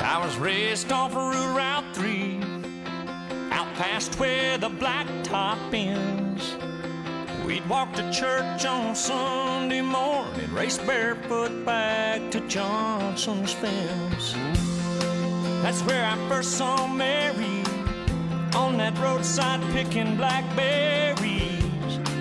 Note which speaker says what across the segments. Speaker 1: I was raced off of Route Route 3, out past where the blacktop ends. We'd walk to church on Sunday morning, race barefoot back to Johnson's fence. That's where I first saw Mary, on that roadside picking blackberries.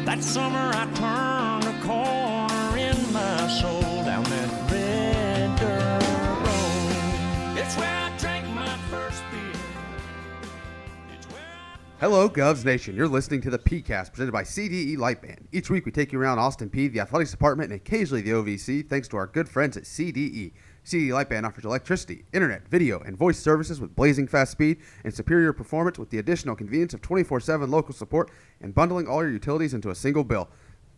Speaker 1: That summer I turned a corner in my soul down that red dirt road. It's where I drank my first beer. It's where I
Speaker 2: Hello, Govs Nation. You're listening to the PCAST presented by CDE Lightband. Each week we take you around Austin P, the athletics department, and occasionally the OVC, thanks to our good friends at E. CDE. CDE Lightband offers electricity, internet, video, and voice services with blazing fast speed and superior performance with the additional convenience of 24 7 local support and bundling all your utilities into a single bill.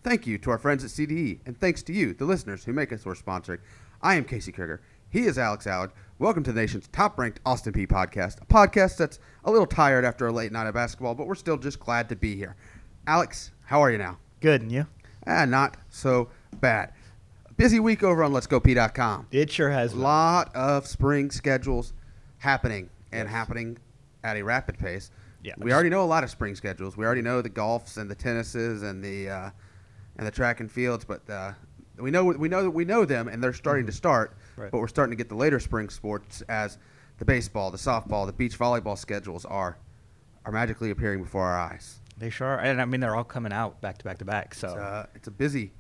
Speaker 2: Thank you to our friends at CDE, and thanks to you, the listeners who make us our sponsoring. I am Casey Kruger. He is Alex Allen. Welcome to the nation's top ranked Austin P podcast, a podcast that's a little tired after a late night of basketball, but we're still just glad to be here. Alex, how are you now?
Speaker 3: Good, and you?
Speaker 2: Ah, not so bad. Busy week over on letsgop.com.
Speaker 3: It sure has.
Speaker 2: A lot of spring schedules happening and happening at a rapid pace.
Speaker 3: Yeah.
Speaker 2: We already know a lot of spring schedules. We already know the golfs and the tennises and the uh, and the track and fields, but uh, we know we know that we know them and they're starting to start.
Speaker 3: Mm-hmm. Right.
Speaker 2: But we're starting to get the later spring sports as the baseball, the softball, the beach volleyball schedules are are magically appearing before our eyes.
Speaker 3: They sure are. And I mean, they're all coming out back to back to back. So,
Speaker 2: It's, uh, it's a busy,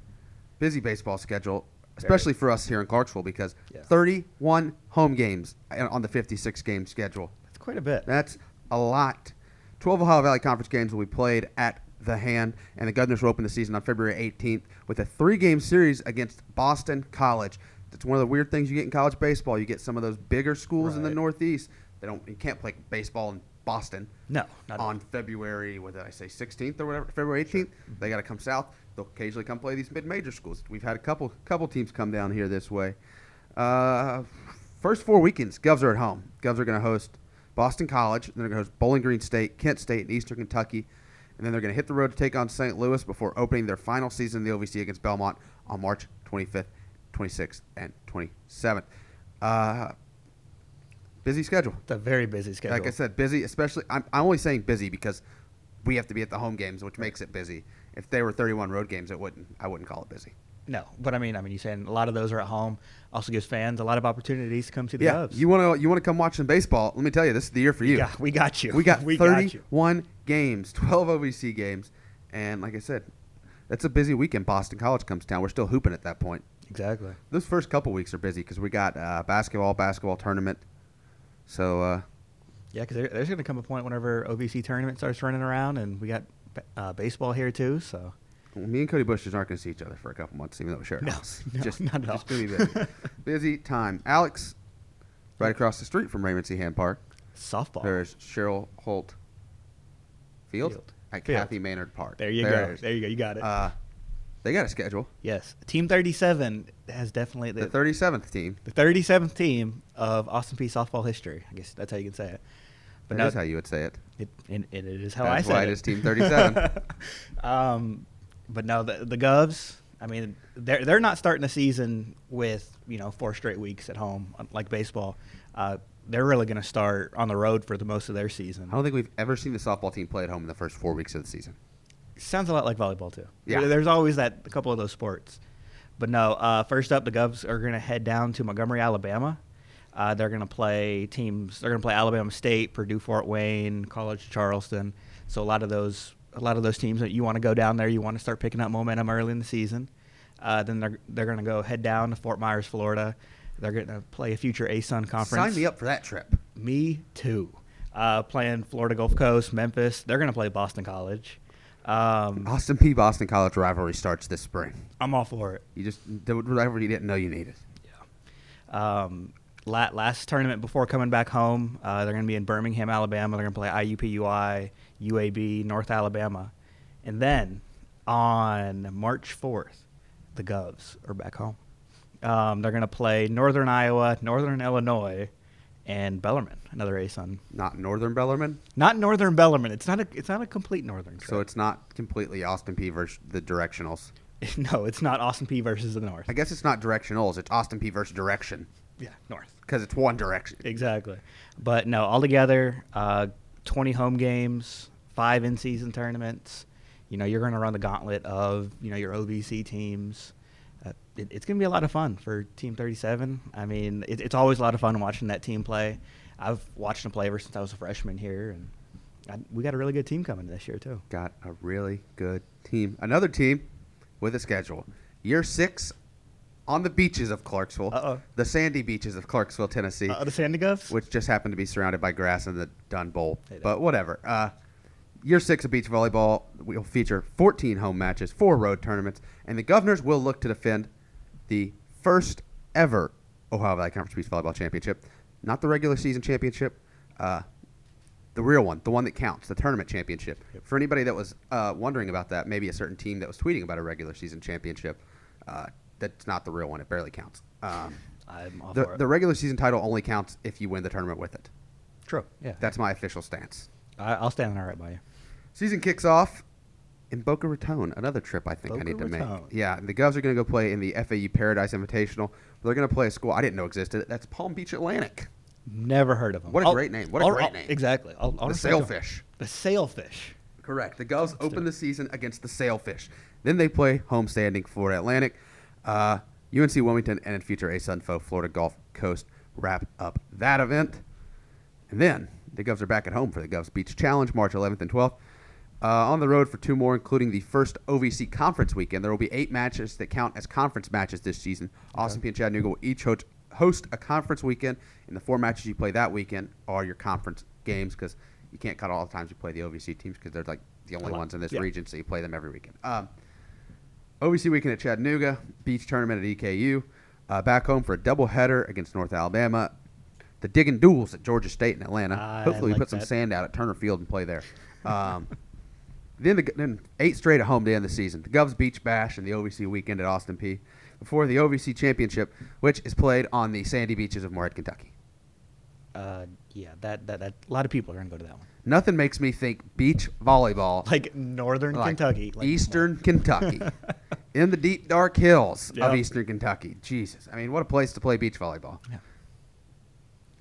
Speaker 2: busy baseball schedule, especially for us here in Clarksville because
Speaker 3: Yeah.
Speaker 2: 31 home games and- on the 56 game schedule.
Speaker 3: it's quite a bit.
Speaker 2: That's a lot. 12 Ohio Valley Conference games will be played at the hand, and the Governors will open the season on February 18th with a three game series against Boston College. That's one of the weird things you get in college baseball. You get some of those bigger schools in the
Speaker 3: Right.
Speaker 2: Northeast. They don't. You can't play baseball in Boston
Speaker 3: No, not at all.
Speaker 2: on February, what did I say, 16th or whatever, February 18th. They got to come south. They'll occasionally come play these mid-major schools. We've had a couple couple teams come down here this way. Uh, first four weekends, Govs are at home. Govs are going to host Boston College. Then they're going to host Bowling Green State, Kent State, and Eastern Kentucky. And then they're going to hit the road to take on St. Louis before opening their final season in the OVC against Belmont on March 25th, 26th, and 27th. Uh, busy schedule.
Speaker 3: It's a very busy schedule.
Speaker 2: Like I said, busy, especially. I'm, I'm only saying busy because we have to be at the home games, which makes it busy. If they were 31 road games, it wouldn't. I wouldn't call it busy.
Speaker 3: no, but I mean, I mean, you saying a lot of those are at home. Also gives fans a lot of opportunities to come see the
Speaker 2: yeah,
Speaker 3: Cubs.
Speaker 2: you want to you want to come watch some baseball? Let me tell you, this is the year for you.
Speaker 3: Yeah, we got you.
Speaker 2: We got
Speaker 3: We got you.
Speaker 2: 31 games, 12 OVC games, and like I said, that's a busy weekend. Boston College comes down. We're still hooping at that point.
Speaker 3: exactly.
Speaker 2: Those first couple weeks are busy because we got uh, basketball, basketball tournament. So uh,
Speaker 3: Yeah, because there, there's going to come a point whenever OVC tournament starts running around, and we got uh, baseball here too. So,
Speaker 2: Well, me and Cody Bushes aren't going to see each other for a couple months, even though we share a
Speaker 3: No,
Speaker 2: house.
Speaker 3: no,
Speaker 2: just,
Speaker 3: not at all.
Speaker 2: just busy, busy. busy time. Alex, right across the street from Raymond C. Hand Park,
Speaker 3: softball.
Speaker 2: there's Cheryl Holt Field,
Speaker 3: Field.
Speaker 2: at
Speaker 3: Field.
Speaker 2: Kathy Maynard Park.
Speaker 3: there you
Speaker 2: There
Speaker 3: go.
Speaker 2: it is.
Speaker 3: There you go. You got it.
Speaker 2: Uh, they got a schedule.
Speaker 3: yes, Team 37 has definitely
Speaker 2: The 37th team.
Speaker 3: the 37th team of Austin P softball history. I guess that's how you can say it.
Speaker 2: But
Speaker 3: no-
Speaker 2: that's how you would say it.
Speaker 3: It, and, and it is how
Speaker 2: That's
Speaker 3: I said
Speaker 2: why it
Speaker 3: it
Speaker 2: is Team 37.
Speaker 3: um, but no, the, the Govs. I mean, they're they're not starting the season with you know four straight weeks at home um, like baseball. Uh, they're really going to start on the road for the most of their season.
Speaker 2: I don't think we've ever seen the softball team play at home in the first four weeks of the season.
Speaker 3: Sounds a lot like volleyball too.
Speaker 2: Yeah.
Speaker 3: There- There's always that a couple of those sports. But no, uh, first up, the Govs are going to head down to Montgomery, Alabama. Uh, they're going to play teams. They're going to play Alabama State, Purdue, Fort Wayne, College Charleston. So a lot of those, a lot of those teams that you want to go down there, you want to start picking up momentum early in the season. Uh, then they're they're going to go head down to Fort Myers, Florida. They're going to play a future ASUN conference.
Speaker 2: Sign me up for that trip.
Speaker 3: Me too. Uh, playing Florida Gulf Coast, Memphis. They're going to play Boston College. Um,
Speaker 2: Austin P. Boston College rivalry starts this spring.
Speaker 3: I'm all for it.
Speaker 2: You just, the rivalry you didn't know you needed.
Speaker 3: Um, la- last tournament before coming back home, uh, they're going to be in Birmingham, Alabama. They're going to play IUPUI, UAB, North Alabama. And then on March 4th, the Govs are back home. Um, they're going to play Northern Iowa, Northern Illinois, and Bellarmine, another ASUN.
Speaker 2: Not Northern Bellarmine.
Speaker 3: Not Northern Bellarmine. It's not a. It's not a complete Northern.
Speaker 2: So it's not completely Austin P versus the directionals.
Speaker 3: it's no. It's not Austin P versus the North.
Speaker 2: I guess it's not directionals. It's Austin P versus direction.
Speaker 3: yeah, north.
Speaker 2: because it's one direction.
Speaker 3: Exactly. But no, altogether, uh, 20 home games, five in season tournaments. You know, you're going to run the gauntlet of, you know, your OVC teams. Uh, it, it's going to be a lot of fun for Team 37. I mean, it, it's always a lot of fun watching that team play. I've watched them play ever since I was a freshman here, and I, we got a really good team coming this year, too.
Speaker 2: Got a really good team. Another team with a schedule. Year six on the beaches of Clarksville,
Speaker 3: Uh-oh.
Speaker 2: the sandy beaches of Clarksville, Tennessee.
Speaker 3: Uh, the Sandy Govs?
Speaker 2: which just happened to be surrounded by grass in the Dun Bowl.
Speaker 3: They did.
Speaker 2: But whatever. Uh, year six of beach volleyball will feature 14 home matches, four road tournaments, and the Governors will look to defend the first ever Ohio Valley Conference Beach Volleyball Championship. Not the regular season championship, uh, the real one, the one that counts, the tournament championship. For anybody that was uh, wondering about that, maybe a certain team that was tweeting about a regular season championship, uh, that's not the real one. It barely counts. Um,
Speaker 3: I'm all for
Speaker 2: the,
Speaker 3: it.
Speaker 2: the regular season title only counts if you win the tournament with it.
Speaker 3: True. Yeah.
Speaker 2: That's my official stance.
Speaker 3: I, I'll stand all right by you.
Speaker 2: Season kicks off in Boca Raton. Another trip I think I
Speaker 3: Boca
Speaker 2: need to make.
Speaker 3: Raton.
Speaker 2: Yeah, the Govs are going to go play in the FAU Paradise Invitational. They're going to play a school I didn't know existed. That's Palm Beach Atlantic.
Speaker 3: Never heard of them.
Speaker 2: What a great name. What a great name.
Speaker 3: Exactly. I'll- I'll
Speaker 2: the
Speaker 3: respect 'em.
Speaker 2: Sailfish.
Speaker 3: The Sailfish.
Speaker 2: Correct. The Govs open the season against the Sailfish. Then they play homestanding Florida Atlantic, uh, UNC Wilmington, and future ASUN foe Florida Gulf Coast wrap up that event. And then the Govs are back at home for the Govs Beach Challenge, March 11th and 12th. Uh, on the road for two more, including the first OVC conference weekend. There will be eight matches that count as conference matches this season. Austin P and Chattanooga will each ho- host a conference weekend, and the four matches you play that weekend are your conference games because you can't cut all the times you play the OVC teams because they're like the only
Speaker 3: lot.
Speaker 2: ones in this
Speaker 3: Yeah.
Speaker 2: region, so you play them every weekend. Um, OVC weekend at Chattanooga, beach tournament at EKU, uh, back home for a doubleheader against North Alabama, the digging duels at Georgia State and Atlanta.
Speaker 3: Ah, I
Speaker 2: Hopefully, we
Speaker 3: like
Speaker 2: put some
Speaker 3: that.
Speaker 2: sand out at Turner Field and play there. Um, then, the, then eight straight at home to end the season. The Govs Beach Bash and the OVC weekend at Austin P. Before the OVC championship, which is played on the sandy beaches of Morehead, Kentucky.
Speaker 3: Uh, yeah, that, that that a lot of people are gonna go to that one.
Speaker 2: Nothing makes me think beach volleyball
Speaker 3: Like northern
Speaker 2: like
Speaker 3: Kentucky, like
Speaker 2: Eastern Kentucky, in the deep dark hills of
Speaker 3: Yeah.
Speaker 2: Eastern Kentucky. Jesus, I mean, what a place to play beach volleyball.
Speaker 3: Yeah.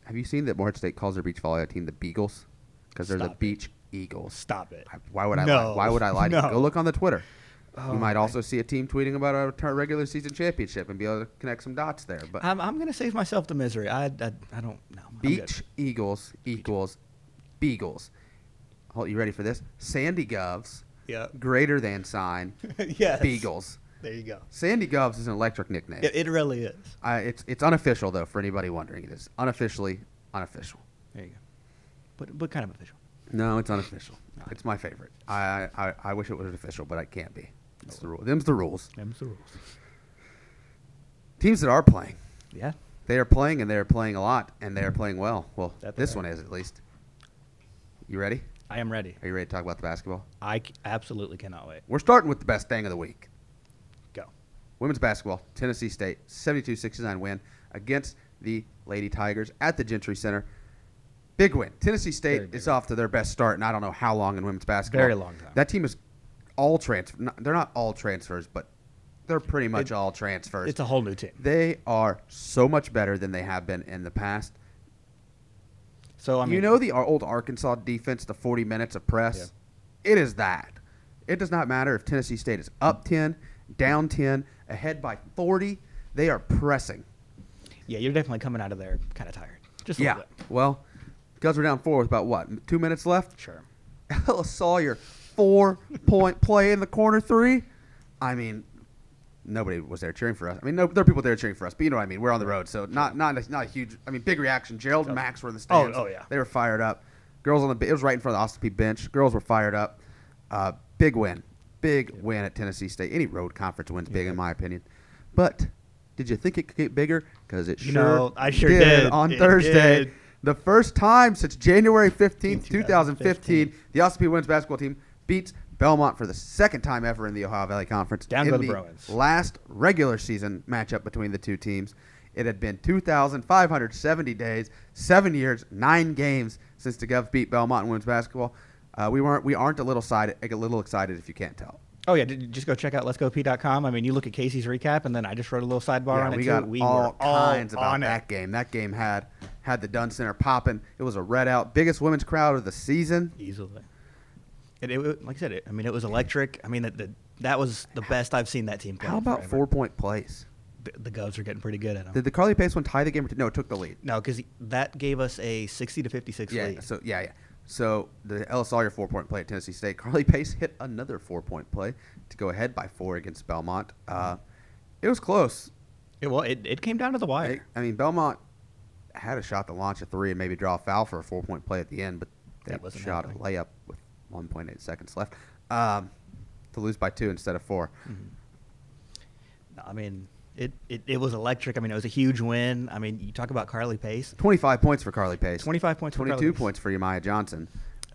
Speaker 2: Have you seen that Morehead State calls their beach volleyball team the Beagles because they're the
Speaker 3: Stop it.
Speaker 2: Beach Eagles?
Speaker 3: Stop it.
Speaker 2: I- Why would I?
Speaker 3: No.
Speaker 2: Lie? Why would I lie to you?
Speaker 3: No.
Speaker 2: Go look on the Twitter.
Speaker 3: Oh,
Speaker 2: you might
Speaker 3: my.
Speaker 2: also see a team tweeting about a return- regular season championship and be able to connect some dots there. But
Speaker 3: Uh, I'm, I'm gonna save myself the misery. I I, I don't know.
Speaker 2: Beach Eagles equals Beagles. Hold, you ready for this? Sandy Govs
Speaker 3: Yeah.
Speaker 2: greater than sign
Speaker 3: yes.
Speaker 2: Beagles.
Speaker 3: There you go.
Speaker 2: Sandy Govs is an electric nickname.
Speaker 3: It, it really is.
Speaker 2: I, it's it's unofficial though for anybody wondering. It is unofficially unofficial.
Speaker 3: There you go. But but kind of official.
Speaker 2: No, it's unofficial. It's my favorite. I I, I wish it was official, but it can't be. It's the rule. Them's the rules.
Speaker 3: Them's the rules.
Speaker 2: Teams that are playing,
Speaker 3: Yeah.
Speaker 2: they are playing and they are playing a lot and they are playing well. Well,
Speaker 3: That they
Speaker 2: this
Speaker 3: are.
Speaker 2: one is at least. You ready?
Speaker 3: I am ready.
Speaker 2: Are you ready to talk about the basketball?
Speaker 3: I c- absolutely cannot wait.
Speaker 2: We're starting with the best thing of the week.
Speaker 3: Go.
Speaker 2: Women's basketball, Tennessee State, 72 69 win against the Lady Tigers at the Gentry Center. Big win. Tennessee
Speaker 3: Very
Speaker 2: State
Speaker 3: big
Speaker 2: is
Speaker 3: win.
Speaker 2: off to their best start, and I don't know how long in women's basketball.
Speaker 3: Very long time.
Speaker 2: That team is all transfer. Not, they're not all transfers, but they're pretty much
Speaker 3: It-
Speaker 2: all transfers.
Speaker 3: It's a whole new team.
Speaker 2: they are so much better than they have been in the past.
Speaker 3: So I mean,
Speaker 2: you know the ar- old Arkansas defense, the 40 minutes of press? It is that. It does not matter if Tennessee State is up 10, down 10, ahead by 40. They are pressing.
Speaker 3: yeah, you're definitely coming out of there kind of tired. Just a
Speaker 2: yeah.
Speaker 3: little bit.
Speaker 2: Well, Cubs were down four with about what? Two minutes left?
Speaker 3: Sure.
Speaker 2: Ella Oh, Sawyer, four point play in the corner three. I mean, nobody was there cheering for us. I mean, no, there are people there cheering for us, but you know what I mean. We're on the road, so not not a, not a huge. I mean, big reaction. Gerald and Max were in the
Speaker 3: Oh,
Speaker 2: stands.
Speaker 3: oh, yeah.
Speaker 2: they were fired up. Girls on the b- it was right in front of the Austin P bench. Girls were fired up. Uh, big win, big win at Tennessee State. Any road conference wins big in my opinion. But did you think it could get bigger? Because it
Speaker 3: You
Speaker 2: sure
Speaker 3: know, I sure did.
Speaker 2: on
Speaker 3: It
Speaker 2: Thursday.
Speaker 3: did.
Speaker 2: The first time since January 15th, 2015,
Speaker 3: 2015,
Speaker 2: the Austin P women's basketball team beats Belmont for the second time ever in the Ohio Valley Conference.
Speaker 3: Down
Speaker 2: in
Speaker 3: go the Bruins.
Speaker 2: Last regular season matchup between the two teams. It had been 2,570 days, seven years, nine games since the Govs beat Belmont in women's basketball. Uh, we weren't. We aren't a little excited. A little excited, if you can't tell.
Speaker 3: Oh yeah, did- just go check out let'sgop.com. I mean, you look at Casey's recap, and then I just wrote a little sidebar
Speaker 2: Yeah,
Speaker 3: on it
Speaker 2: we
Speaker 3: too.
Speaker 2: got
Speaker 3: we
Speaker 2: all
Speaker 3: were all
Speaker 2: kinds about
Speaker 3: on it.
Speaker 2: that game. That game had had the Dunn Center popping. It was a readout, biggest women's crowd of the season.
Speaker 3: easily. It, it- it- like I said, it, I mean, it was electric. I mean, the, the, that was the best I've seen that team play.
Speaker 2: How about
Speaker 3: forever.
Speaker 2: four point plays?
Speaker 3: The, the Govs are getting pretty good at them.
Speaker 2: Did the Carly Pace one tie the game? Or t- no, it took the lead.
Speaker 3: no, because that gave us a sixty to fifty-six
Speaker 2: Yeah.
Speaker 3: lead.
Speaker 2: So yeah, yeah. So the Ellis Sawyer four point play at Tennessee State. Carly Pace hit another four point play to go ahead by four against Belmont. Uh, it was close.
Speaker 3: It, well, it, it came down to the wire.
Speaker 2: I, I mean, Belmont had a shot to launch a three and maybe draw a foul for a four point play at the end, but they
Speaker 3: That wasn't
Speaker 2: shot
Speaker 3: happening.
Speaker 2: a layup with 1.8 seconds left um, to lose by two instead of 4
Speaker 3: Mm-hmm. No, I mean, it, it, it was electric. I mean, it was a huge win. I mean, you talk about Carly Pace.
Speaker 2: 25 points for Carly Pace.
Speaker 3: 25 points for
Speaker 2: 22
Speaker 3: Carly Pace.
Speaker 2: points for Yamiah Johnson.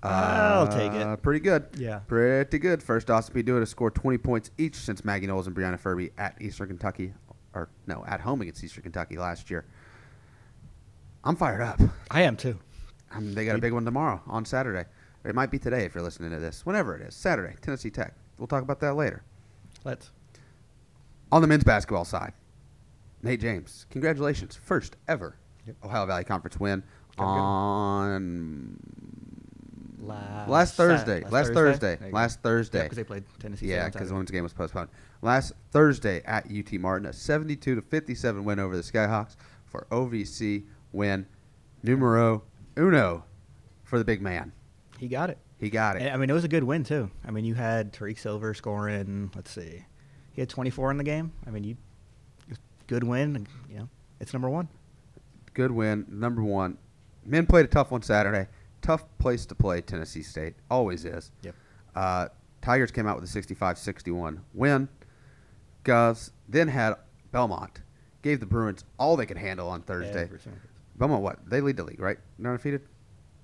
Speaker 3: I'll take it.
Speaker 2: Uh, Pretty good.
Speaker 3: Yeah.
Speaker 2: Pretty good. First Ossipee duo to score 20 points each since Maggie Knowles and Brianna Furby at Eastern Kentucky, or no, at home against Eastern Kentucky last year. I'm fired up.
Speaker 3: I am too.
Speaker 2: I mean, they got a big one tomorrow on Saturday. Or it might be today if you're listening to this. Whenever it is, Saturday, Tennessee Tech. We'll talk about that later.
Speaker 3: Let's.
Speaker 2: On the men's basketball side, Nate James, congratulations, first ever Ohio Valley Conference win
Speaker 3: Gotta go.
Speaker 2: on
Speaker 3: Last,
Speaker 2: last
Speaker 3: Sat-
Speaker 2: Thursday. Last Thursday.
Speaker 3: There you go.
Speaker 2: Last Thursday.
Speaker 3: Yeah, because they played Tennessee. State
Speaker 2: Yeah,
Speaker 3: on
Speaker 2: because the
Speaker 3: Saturday.
Speaker 2: women's game was postponed. Last Thursday at UT Martin, a 72 to 57 win over the Skyhawks for OVC win numero uno for the big man.
Speaker 3: he got it.
Speaker 2: He got it.
Speaker 3: And, I mean, it was a good win too. I mean, you had Tariq Silver scoring. Let's see, he had 24 in the game. I mean, you good win. And, you know, it's number one.
Speaker 2: Good win, number one. Men played a tough one Saturday. Tough place to play, Tennessee State. Always is.
Speaker 3: Yep.
Speaker 2: Uh, Tigers came out with a 65 61 win. Govs then had Belmont. Gave the Bruins all they could handle on Thursday.
Speaker 3: Every single person.
Speaker 2: Belmont, what? They lead the league, right? They're undefeated?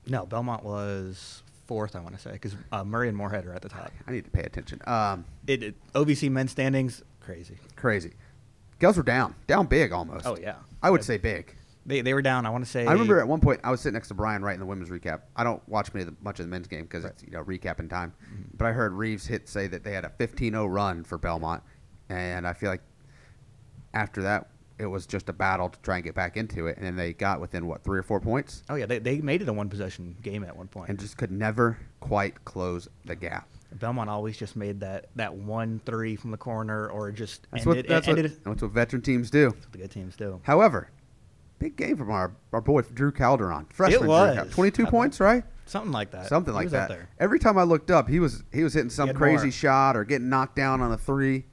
Speaker 3: No, Belmont was fourth. I want to say because uh, Murray and Moorhead are at the top.
Speaker 2: I need to pay attention. Um,
Speaker 3: It, it OVC men's standings crazy.
Speaker 2: crazy. Govs were down. Down big almost.
Speaker 3: Oh, yeah.
Speaker 2: I would
Speaker 3: Yeah.
Speaker 2: say big.
Speaker 3: They they were down. I want to say.
Speaker 2: I remember at one point I was sitting next to Brian Wright in the women's recap. I don't watch many of the, much of the men's game because it's you know recapping time.
Speaker 3: Mm-hmm.
Speaker 2: But I heard Reeves hit say that they had a 15-0 run for Belmont, and I feel like after that it was just a battle to try and get back into it, and then they got within what three or four points
Speaker 3: Oh yeah, they, they made it a one possession game at one point.
Speaker 2: and just could never quite close the gap.
Speaker 3: Belmont always just made that that one three from the corner or just
Speaker 2: That's
Speaker 3: ended,
Speaker 2: what that's what,
Speaker 3: ended it-
Speaker 2: that's what veteran teams do.
Speaker 3: the good teams do.
Speaker 2: However, big game from our our boy Drew Calderon, freshman.
Speaker 3: was.
Speaker 2: Drew Calderon. 22
Speaker 3: How about-
Speaker 2: points, right?
Speaker 3: Something like that.
Speaker 2: something
Speaker 3: Uh,
Speaker 2: like
Speaker 3: He was up
Speaker 2: that.
Speaker 3: there.
Speaker 2: Every time I looked up, he was he was hitting some
Speaker 3: had
Speaker 2: crazy
Speaker 3: more.
Speaker 2: shot or getting knocked down on a three.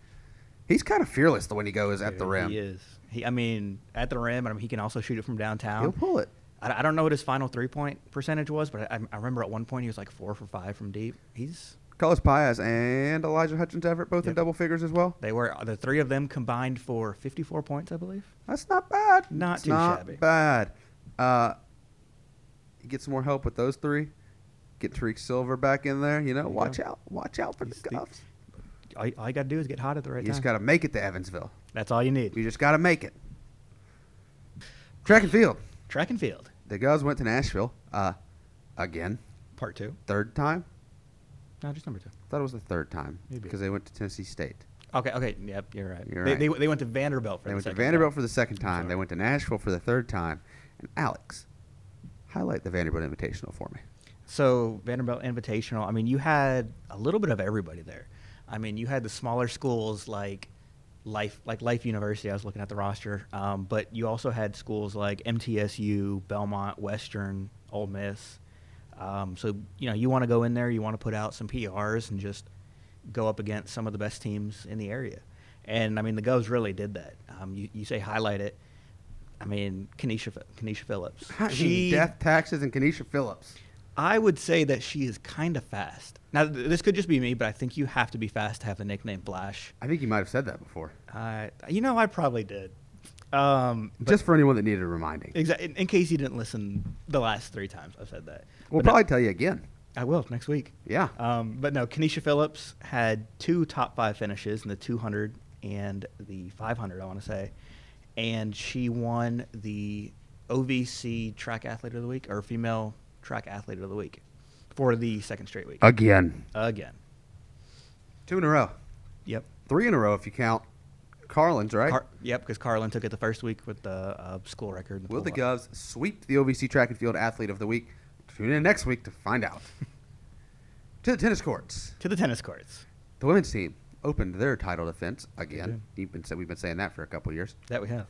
Speaker 2: He's kind of fearless the when he goes at the
Speaker 3: Dude,
Speaker 2: rim.
Speaker 3: He is. He, I mean, at the rim, and I mean, he can also shoot it from downtown.
Speaker 2: He'll pull it.
Speaker 3: I, I don't know what his final three point percentage was, but I, I remember at one point he was like four for five from deep. He's
Speaker 2: Carlos Paez and Elijah Hutchins Everett both in
Speaker 3: Yep.
Speaker 2: double figures as well.
Speaker 3: they were the three of them combined for fifty four points, I believe.
Speaker 2: That's not bad.
Speaker 3: Not
Speaker 2: It's
Speaker 3: too
Speaker 2: not
Speaker 3: shabby.
Speaker 2: bad. Uh, get some more help with those three. Get Tariq Silver back in there. You know,
Speaker 3: you
Speaker 2: watch
Speaker 3: go.
Speaker 2: out, watch out for
Speaker 3: He's
Speaker 2: the
Speaker 3: the-
Speaker 2: cuffs.
Speaker 3: All, you- all you got to do is get hot at the right
Speaker 2: You just
Speaker 3: time.
Speaker 2: got to make it to Evansville.
Speaker 3: That's all you need.
Speaker 2: You just got to make it. Track and field.
Speaker 3: Track and field,
Speaker 2: The guys went to Nashville uh, again,
Speaker 3: part two.
Speaker 2: third time.
Speaker 3: No, just number two.
Speaker 2: thought it was the third time
Speaker 3: Maybe.
Speaker 2: because they went to Tennessee State.
Speaker 3: Okay, okay, yep, you're right.
Speaker 2: You're
Speaker 3: they,
Speaker 2: right.
Speaker 3: They, they went to Vanderbilt for
Speaker 2: they
Speaker 3: the
Speaker 2: went to
Speaker 3: second
Speaker 2: Vanderbilt
Speaker 3: time.
Speaker 2: for the second time. They
Speaker 3: sorry.
Speaker 2: went to Nashville for the third time. And Alex, highlight the Vanderbilt Invitational for me.
Speaker 3: So Vanderbilt Invitational. I mean, you had a little bit of everybody there. I mean, you had the smaller schools like Life, like Life University. I was looking at the roster, um, but you also had schools like MTSU, Belmont, Western, Ole Miss. Um, so you know, you want to go in there, you want to put out some PRs and just go up against some of the best teams in the area. And I mean, the Govs really did that. Um, you, you say highlight it. I mean, Kenesha, Kenesha Phillips.
Speaker 2: I mean, Death Taxes and Kenesha Phillips.
Speaker 3: I would say that she is kind of fast. Now, th- this could just be me, but I think you have to be fast to have the nickname Flash.
Speaker 2: I think you might have said that before.
Speaker 3: Uh, you know, I probably did. Um,
Speaker 2: Just for anyone that needed a reminding.
Speaker 3: exa- in, in case you didn't listen the last three times I've said that.
Speaker 2: we'll
Speaker 3: But no-
Speaker 2: probably tell you again.
Speaker 3: I will next week.
Speaker 2: Yeah.
Speaker 3: Um, but no, Kenesha Phillips had two top five finishes in the 200 and the 500, I want to say. And she won the OVC Track Athlete of the Week or Female Track Athlete of the Week for the second straight week
Speaker 2: Again.
Speaker 3: again.
Speaker 2: Two in a row.
Speaker 3: Yep.
Speaker 2: Three in a row if you count Carlin's, right?
Speaker 3: Car- yep, because Carlin took it the first week with the uh, school record. and
Speaker 2: Will the
Speaker 3: pull-up.
Speaker 2: Govs sweep the OVC Track and Field Athlete of the Week? Tune in next week to find out. to the tennis courts.
Speaker 3: to the tennis courts?
Speaker 2: The women's team opened their title defense again.
Speaker 3: did.
Speaker 2: You've been, sa- we've been saying that for a couple years.
Speaker 3: That we have.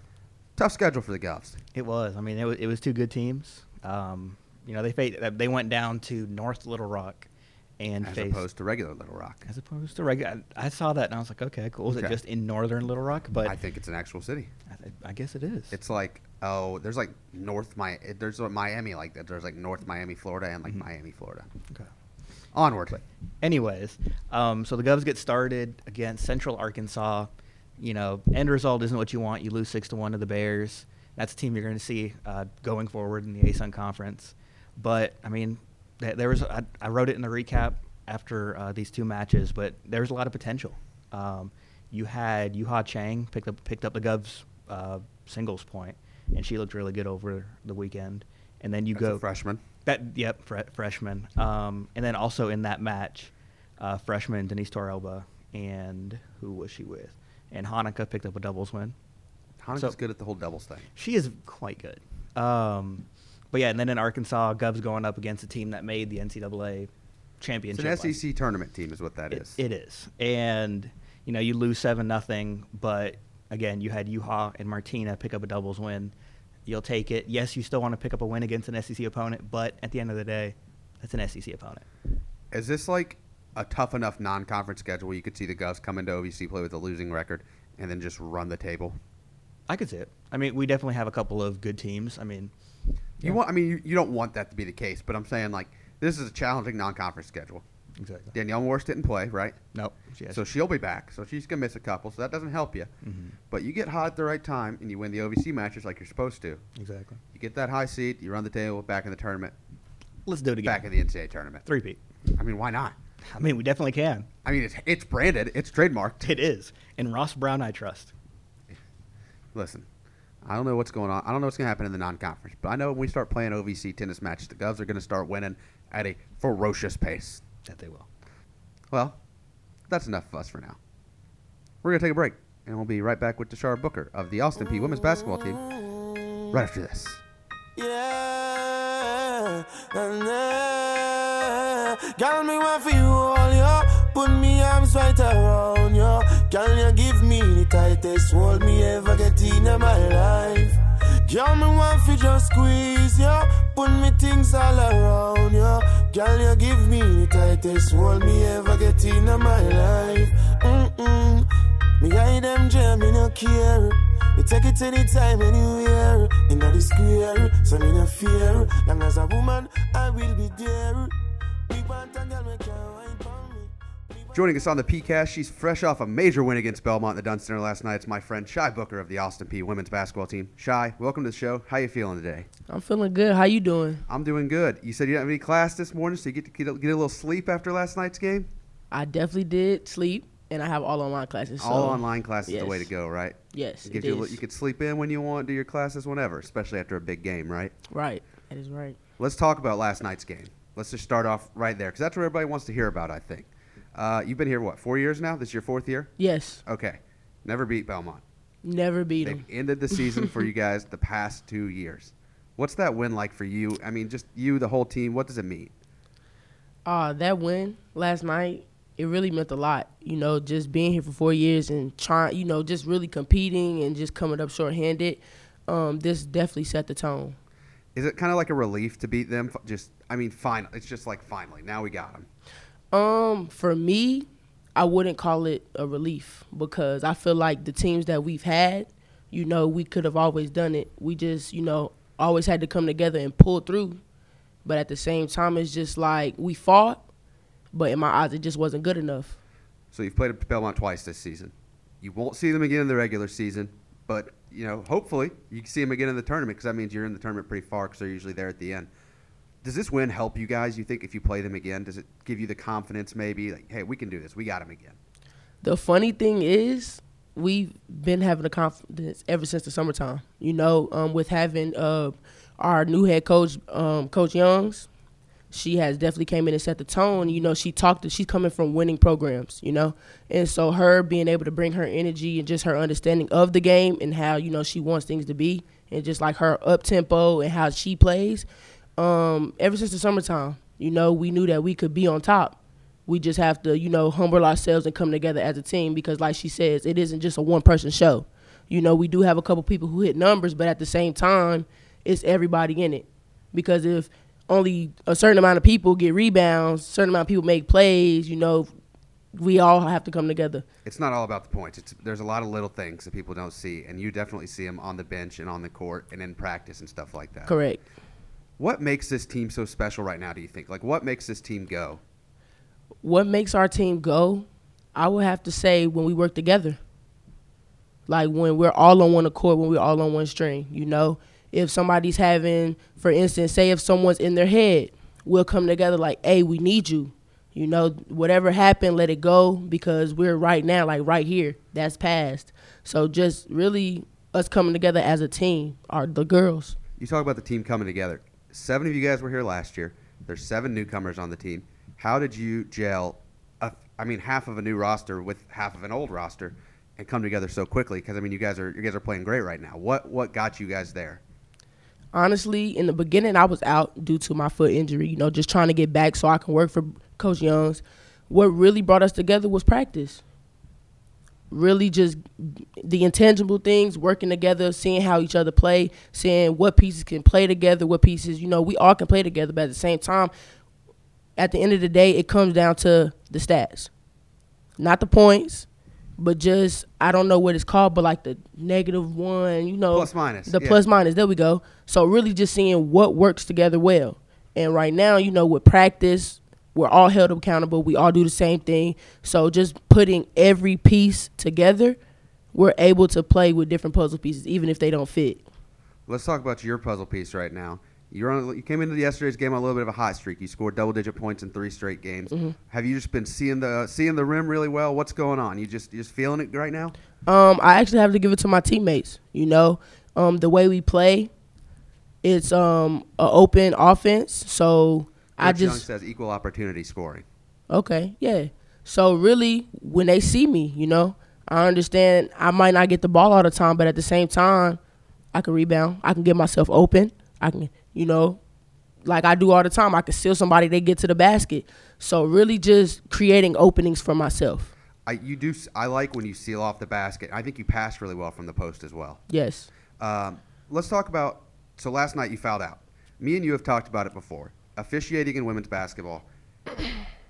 Speaker 2: Tough schedule for the Govs.
Speaker 3: It was. I mean, it was, it was two good teams. Um, you know, they faced, they went down to North Little Rock and
Speaker 2: as
Speaker 3: faced
Speaker 2: opposed to regular Little Rock.
Speaker 3: as opposed to regular. I, I saw that and I was like, okay, cool. Is
Speaker 2: Okay.
Speaker 3: it just in Northern Little Rock? But
Speaker 2: I think it's an actual city.
Speaker 3: I, th- I guess it is.
Speaker 2: It's like oh, there's like North Mi- there's a Miami like that. There's like North Miami, Florida, and like
Speaker 3: Mm-hmm.
Speaker 2: Miami, Florida.
Speaker 3: okay.
Speaker 2: Onward.
Speaker 3: Anyways, um, so the Govs get started against Central Arkansas. You know, end result isn't what you want. You lose six to one to the Bears. That's a team you're going to see uh, going forward in the ASUN conference. But I mean, th- there was I, I wrote it in the recap after uh, these two matches, but there was a lot of potential. Um, you had Yuha Chang picked up picked up the Govs uh, singles point, and she looked really good over the weekend. And then you
Speaker 2: That's a
Speaker 3: go
Speaker 2: freshman.
Speaker 3: that yep, fre- freshman. Um, and then also in that match, uh, freshman Denise Torelba and who was she with? And Hanukkah picked up a doubles win.
Speaker 2: Hanukkah's
Speaker 3: So-
Speaker 2: good at the whole doubles thing.
Speaker 3: She is quite good. Um, but yeah, and then in Arkansas, Gov's going up against a team that made the NCAA
Speaker 2: It's E
Speaker 3: championship.
Speaker 2: an
Speaker 3: last
Speaker 2: SEC tournament team, is what that
Speaker 3: it-
Speaker 2: is.
Speaker 3: It is, and you know you lose seven nothing, but again you had Yuha and Martina pick up a doubles win. You'll take it. Yes, you still want to pick up a win against an SEC opponent, but at the end of the day, that's an SEC opponent.
Speaker 2: Is this like a tough enough non-conference schedule where you could see the Govs come into OVC play with a losing record and then just run the table?
Speaker 3: I could see it. I mean, we definitely have a couple of good teams. I mean,
Speaker 2: You want? I mean, you, you don't want that to be the case, but I'm saying like this is a challenging non-conference schedule.
Speaker 3: exactly.
Speaker 2: Danielle Morse didn't play, right?
Speaker 3: Nope. She has- Mm-hmm.
Speaker 2: So she'll be back. So she's gonna miss a couple. So that doesn't help you. But you get hot at the right time and you win the OVC matches like you're supposed to.
Speaker 3: exactly.
Speaker 2: You get that high seed. You run the table back in the tournament.
Speaker 3: Let's do it again.
Speaker 2: Back in the NCAA tournament.
Speaker 3: three peat.
Speaker 2: I mean, why not?
Speaker 3: I mean, we definitely can.
Speaker 2: I mean, it's it's branded. It's trademarked.
Speaker 3: It is. And Ross Brown, I trust.
Speaker 2: Listen, I don't know what's going on. I don't know what's gonna happen in the non-conference, but I know when we start playing OVC tennis matches, the Govs are gonna start winning at a ferocious pace.
Speaker 3: That they will.
Speaker 2: Well, that's enough of us for now. We're going to take a break, and we'll be right back with Deshara Booker of the Austin P women's basketball team right after this.
Speaker 4: Yeah, and yeah, girl, me want for you all, yo. Put me arms right around you. Girl, you give me the tightest hold me ever get in my life. Girl, me want for just squeeze you. Put me things all around you. Girl, you give me the tightest hold me ever get in my life. Mm-mm. Me hide them jam, me no care. You take it anytime, anywhere. In the square, so me no fear. Long as a woman, I will be there. Me want a girl, me can wine for me. Me want-
Speaker 2: Joining us on the PCast, she's fresh off a major win against Belmont in the Dunn Center last night. It's my friend Shy Booker of the Austin P women's basketball team. Shy, welcome to the show. How you feeling today?
Speaker 5: I'm feeling good. How you doing?
Speaker 2: I'm doing good. You said you didn't have any class this morning, so you get to get a, get a little sleep after last night's game.
Speaker 5: I definitely did sleep, and I have all online classes. So
Speaker 2: All online class is the way to
Speaker 5: yes.
Speaker 2: go, right?
Speaker 5: Yes,
Speaker 2: It
Speaker 5: it
Speaker 2: gives you, a li-
Speaker 5: is.
Speaker 2: you could sleep in when you want, do your classes whenever, especially after a big game, right?
Speaker 5: Right. That is right.
Speaker 2: Let's talk about last night's game. Let's just start off right there because that's what everybody wants to hear about. I think uh, you've been here what four years now? This is your fourth year.
Speaker 5: Yes.
Speaker 2: Okay, never beat Belmont.
Speaker 5: Never beat
Speaker 2: They've
Speaker 5: them.
Speaker 2: ended the season for you guys the past two years. What's that win like for you? I mean, just you, the whole team. What does it mean?
Speaker 5: Uh, that win last night, it really meant a lot. You know, just being here for four years and trying, you know, just really competing and just coming up shorthanded. Um, this definitely set the tone.
Speaker 2: Is it kind of like a relief to beat them? F- Just, I mean, final. It's just like finally, now we got them.
Speaker 5: Um, for me, I wouldn't call it a relief because I feel like the teams that we've had, you know, we could have always done it. We just, you know, always had to come together and pull through. But at the same time, it's just like we fought, but in my eyes, it just wasn't good enough.
Speaker 2: So you've played at Belmont twice this season. You won't see them again in the regular season, but you know, hopefully you can see them again in the tournament because that means you're in the tournament pretty far because they're usually there at the end. Does this win help you guys? You think if you play them again, does it give you the confidence maybe like, hey, we can do this. We got them again.
Speaker 5: The funny thing is, we've been having the confidence ever since the summertime. You know, um, with having uh, our new head coach, um, Coach Youngs, she has definitely came in and set the tone. You know, she talked. She's coming from winning programs. You know, and so her being able to bring her energy and just her understanding of the game and how you know she wants things to be, and just like her up tempo and how she plays. Um, ever since the summertime, you know, we knew that we could be on top. We just have to, you know, humble ourselves and come together as a team because, like she says, it isn't just a one person show. You know, we do have a couple people who hit numbers, but at the same time, it's everybody in it. Because if only a certain amount of people get rebounds, certain amount of people make plays, you know, we all have to come together.
Speaker 2: it's not all about the points. It's there's a lot of little things that people don't see, and you definitely see them on the bench and on the court and in practice and stuff like that.
Speaker 5: Correct.
Speaker 2: What makes this team so special right now? Do you think? Like, what makes this team go?
Speaker 5: what makes our team go, I would have to say when we work together. Like when we're all on one accord, when we're all on one string, you know? If somebody's having, for instance, say if someone's in their head, we'll come together like, hey, we need you. You know, whatever happened, let it go because we're right now, like right here. That's past. So just really us coming together as a team are the girls.
Speaker 2: You talk about the team coming together. Seven of you guys were here last year. There's seven newcomers on the team. How did you gel? A, I mean, half of a new roster with half of an old roster, and come together so quickly? Because I mean, you guys are you guys are playing great right now. What what got you guys there?
Speaker 5: honestly, in the beginning, I was out due to my foot injury, you know, just trying to get back so I can work for Coach Young's. What really brought us together was practice. Really, just the intangible things, working together, seeing how each other play, seeing what pieces can play together, what pieces, you know, we all can play together, but at the same time, at the end of the day, it comes down to the stats, not the points. But just I don't know what it's called, but like the negative one, you know,
Speaker 2: Plus minus,
Speaker 5: the
Speaker 2: yeah.
Speaker 5: plus minus. There we go. So really, just seeing what works together well. And right now, you know, with practice, we're all held accountable. We all do the same thing. So just putting every piece together, we're able to play with different puzzle pieces, even if they don't fit.
Speaker 2: Let's talk about your puzzle piece right now. You're on, you came into yesterday's game on a little bit of a hot streak. You scored double digit points in three straight games.
Speaker 5: Mm-hmm.
Speaker 2: Have you just been seeing the seeing the rim really well? What's going on? You just you just feeling it right now?
Speaker 5: Um, I actually have to give it to my teammates. You know, um, the way we play, it's um an open offense. So I
Speaker 2: Coach Young
Speaker 5: just
Speaker 2: says equal opportunity scoring.
Speaker 5: okay, yeah. So really, when they see me, you know, I understand I might not get the ball all the time, but at the same time, I can rebound. I can get myself open. I can, you know, like I do all the time. I can steal somebody. They get to the basket. So really, just creating openings for myself.
Speaker 2: I you do s- I like when you seal off the basket. I think you pass really well from the post as well.
Speaker 5: Yes.
Speaker 2: Um, let's talk about. So last night you fouled out. Me and you have talked about it before. Officiating in women's basketball,